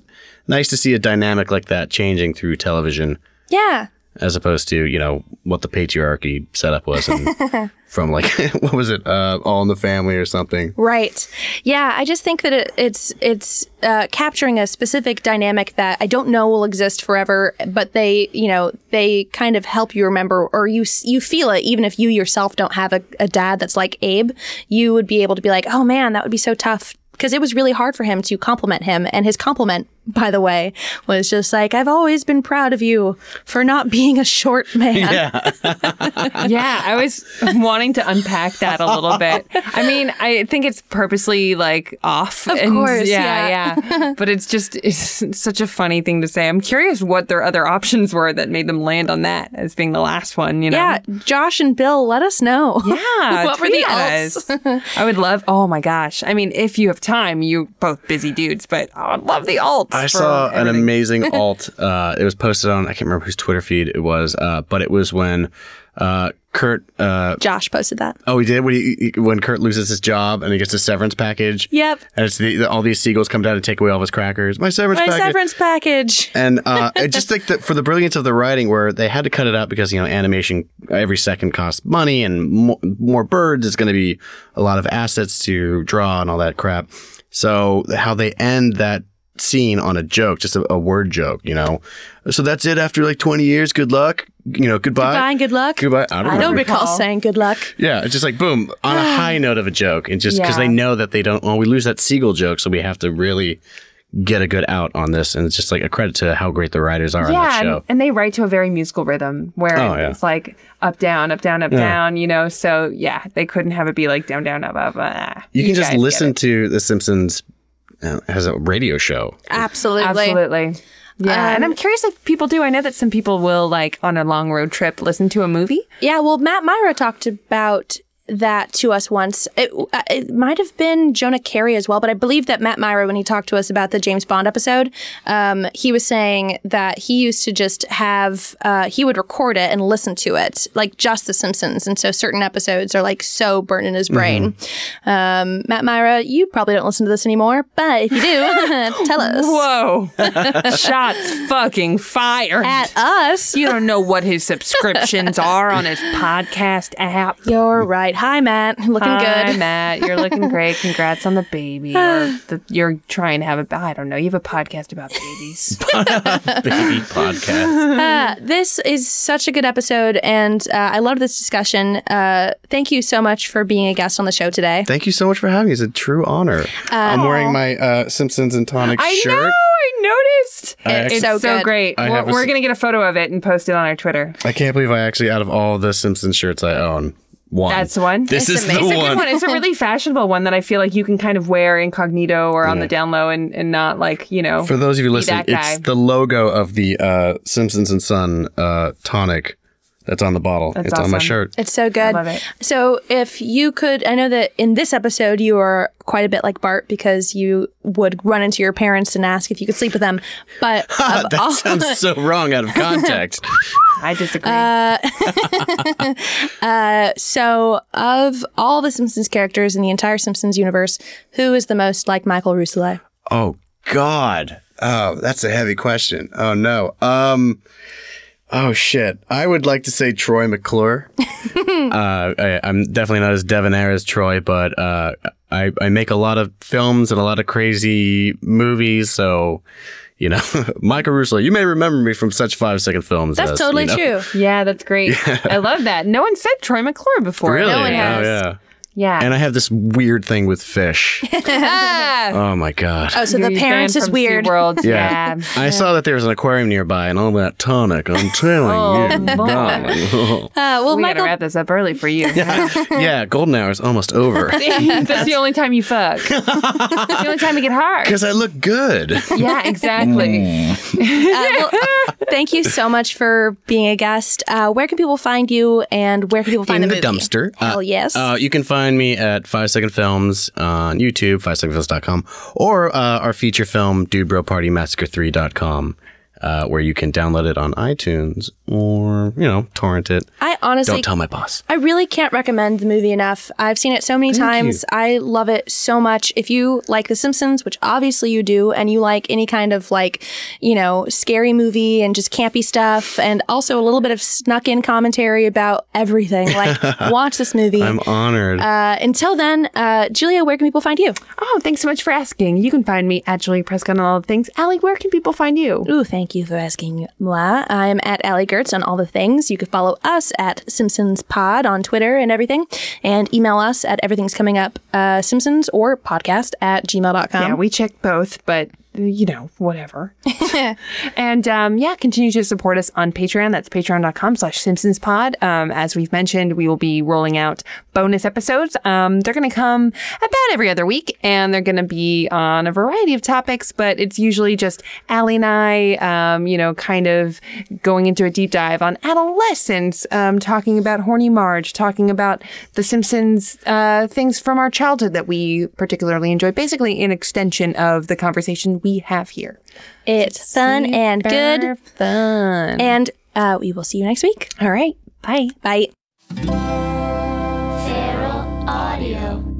S1: nice to see a dynamic like that changing through television.
S2: yeah
S1: as opposed to you know what the patriarchy setup was and from like *laughs* what was it uh, all in the family or something
S2: Right. Yeah, I just think that it, it's it's uh, capturing a specific dynamic that I don't know will exist forever, but they, you know, they kind of help you remember or you s- you feel it even if you yourself don't have a, a dad that's like Abe, you would be able to be like, "Oh man, that would be so tough." Because it was really hard for him to compliment him. And his compliment, by the way, was just like, I've always been proud of you for not being a short man.
S3: *laughs* yeah, I was wanting to unpack that a little bit. I mean, I think it's purposely like off. Of
S2: course,
S3: yeah,
S2: yeah.
S3: yeah. *laughs* But it's just it's such a funny thing to say. I'm curious what their other options were that made them land on that as being the last one. You know?
S2: Yeah, Josh and Bill, let us know.
S3: Yeah,
S2: what were the
S3: tweet at
S2: alts?
S3: us. *laughs* I would love. Oh my gosh! I mean, if you have time, you both busy dudes, but I would love the alts.
S1: I
S3: for
S1: saw an
S3: everything.
S1: amazing alt. Uh, it was posted on I can't remember whose Twitter feed it was, uh, but it was when uh, Kurt. Uh,
S2: *laughs* Josh posted that.
S1: oh, he did when he, he- when Kurt loses his job and he gets a severance package.
S2: Yep.
S1: And it's the, all these seagulls come down and take away all of his crackers. My severance
S2: My
S1: package.
S2: severance package.
S1: And uh, I just think that for the brilliance of the writing, where they had to cut it out because you know animation every second costs money, and mo- more birds is going to be a lot of assets to draw and all that crap. So how they end that scene on a joke, just a, a word joke, you know. So that's it. After like twenty years, good luck. You know, goodbye.
S2: Goodbye and good luck.
S1: Goodbye. I don't,
S2: I don't
S1: remember.
S2: recall saying good luck.
S1: Yeah, it's just like boom
S3: *sighs*
S1: on a high note of a joke, and just because
S3: Yeah.
S1: they know that they don't. Well, we lose that seagull joke, so we have to really get a good out on this, and it's just like a credit to how great the writers are on
S3: yeah,
S1: that
S3: and-
S1: show.
S3: And, they write to a very musical rhythm where
S1: Oh, yeah.
S3: it's like up down, up down, up
S1: Yeah.
S3: down. You know, so yeah, they couldn't have it be like down, down, up, up. Uh,
S1: you can just
S3: guys get
S1: listen
S3: it.
S1: to The Simpsons uh, as a radio *laughs* show.
S2: Absolutely.
S3: absolutely. Yeah, and
S2: Um,
S3: I'm curious if people do. I know that some people will like on a long road trip listen to a movie.
S2: Yeah, well, Matt Myra talked about that to us once. It, uh, it might have been Jonah Carey as well, but I believe that Matt Myra, when he talked to us about the James Bond episode, um, he was saying that he used to just have, uh, he would record it and listen to it, like just The Simpsons. And so certain episodes are like so burnt in his brain. Mm-hmm. Um, Matt Myra, you probably don't listen to this anymore, but if you do, *laughs* tell us.
S3: Whoa. *laughs* Shots fucking fired.
S2: At us.
S3: You don't know what his *laughs* subscriptions are on his podcast app.
S2: You're right. Hi, Matt. Looking
S3: Hi,
S2: good.
S3: Matt. You're looking *laughs* great. Congrats on the baby. Or *sighs* the, you're trying to have a, I don't know, you have a podcast about *laughs* babies.
S1: baby podcast.
S2: Uh, this is such a good episode, and uh, I love this discussion. Uh, thank you so much for being a guest on the show today.
S1: Thank you so much for having me. It's a true honor. I'm wearing my uh, Simpsons and Tonic
S3: Uh, I
S1: shirt.
S3: Know, I noticed.
S2: I
S3: it's
S2: so,
S3: so
S2: good.
S3: great.
S1: I
S3: We're,
S1: have a-
S3: we're going to get a photo of it and post it on our Twitter.
S1: I can't believe I actually, out of all the Simpsons shirts I own, one.
S3: That's the one.
S1: This
S2: It's
S1: is
S2: amazing.
S1: the
S3: It's a good
S1: one.
S3: one.
S1: *laughs*
S3: It's a really fashionable one that I feel like you can kind of wear incognito or on the down low and, and not like, you know.
S1: For those of you
S3: be
S1: listening,
S3: that guy.
S1: it's the logo of the uh, Simpsons and Son uh, tonic that's on the bottle.
S3: That's
S1: it's on my
S3: awesome.
S1: shirt.
S2: It's so good.
S3: love it.
S2: So, if you could, I know that in this episode you are quite a bit like Bart because you would run into your parents and ask if you could sleep with them.
S3: *laughs*
S2: But of
S1: *laughs* that
S2: all-
S1: sounds so wrong out of context.
S3: I disagree.
S2: uh, *laughs* so, of all the Simpsons characters in the entire Simpsons universe, who is the most like Michael Russo?
S1: oh God. Oh, that's a heavy question. Oh no. Um. Oh shit. I would like to say Troy McClure. uh, I, I'm definitely not as debonair as Troy, but uh, I I make a lot of films and a lot of crazy movies, so. You know, *laughs* Michael Russo, you may remember me from such five second films.
S2: That's
S1: as, you
S2: totally
S1: know. *laughs*
S2: true.
S3: yeah, that's great. I love that. No one said Troy McClure before.
S1: Really?
S3: No one
S1: Oh,
S3: has.
S1: yeah.
S3: yeah.
S1: And I have this weird thing with fish.
S3: *laughs*
S1: *laughs*
S3: Ah!
S1: oh my god.
S2: Oh, so
S3: You're
S2: the parents
S3: banned
S2: is
S3: from
S2: weird.
S3: SeaWorld.
S1: Yeah.
S3: Yeah.
S1: I saw that there was an aquarium nearby and all that
S2: *laughs*
S1: tonic. I'm
S3: Oh,
S1: telling you.
S3: boy.
S1: darling.
S2: Uh, well,
S3: we
S2: Michael
S3: gotta wrap this up early for *laughs* you.
S1: yeah, golden hour's
S2: *laughs*
S1: almost over.
S3: That's the only time you *laughs* fuck. That's the only time you get hard.
S1: Because I look good.
S3: Yeah, exactly.
S2: Uh, well, *laughs* thank you so much for being a guest. Uh, where can people find you, and where can people find
S1: in the,
S2: the, movie?
S1: dumpster.
S2: Hell
S1: Uh,
S2: yes.
S1: Uh, you can find me at Five Second Films on YouTube, fivesecondfilms.com, or uh, our feature film, Dude Bro Party Massacre 3.com, uh, where you can download it on iTunes or, you know, torrent it.
S2: I honestly,
S1: Don't tell my boss.
S2: I really can't recommend the movie enough. I've seen it so many times. I love it so much. If you like The Simpsons, which obviously you do, and you like any kind of like, you know, scary movie and just campy stuff, and also a little bit of snuck in commentary about everything, like
S1: *laughs*
S2: watch this movie.
S1: I'm honored.
S2: uh, until then, uh, Julia, where can people find you?
S3: Oh, thanks so much for asking. You can find me at Julie Prescott on all the things. Allie, where can people find you?
S2: Ooh, thank you for asking, moi. I'm at Allie Gertz on all the things. You can follow us at Simpsons Pod on Twitter and everything, and email us at everything's coming up uh, Simpsons or podcast at gmail.com.
S3: Yeah, we check both, but uh, you know, whatever. and um, yeah, continue to support us on Patreon. That's patreon.com slash Simpsons Pod. Um, as we've mentioned, we will be rolling out bonus episodes. Um, they're going to come about every other week and they're going to be on a variety of topics, but it's usually just Allie and I, um, you know, kind of going into a deep dive on adolescence, um, talking about Horny Marge, talking about The Simpsons uh, things from our childhood that we particularly enjoy, basically an extension of the conversation we have here.
S2: it's fun and good,
S3: Fun.
S2: and uh, we will see you next week.
S3: All right. Bye.
S2: Bye.
S6: Feral Audio.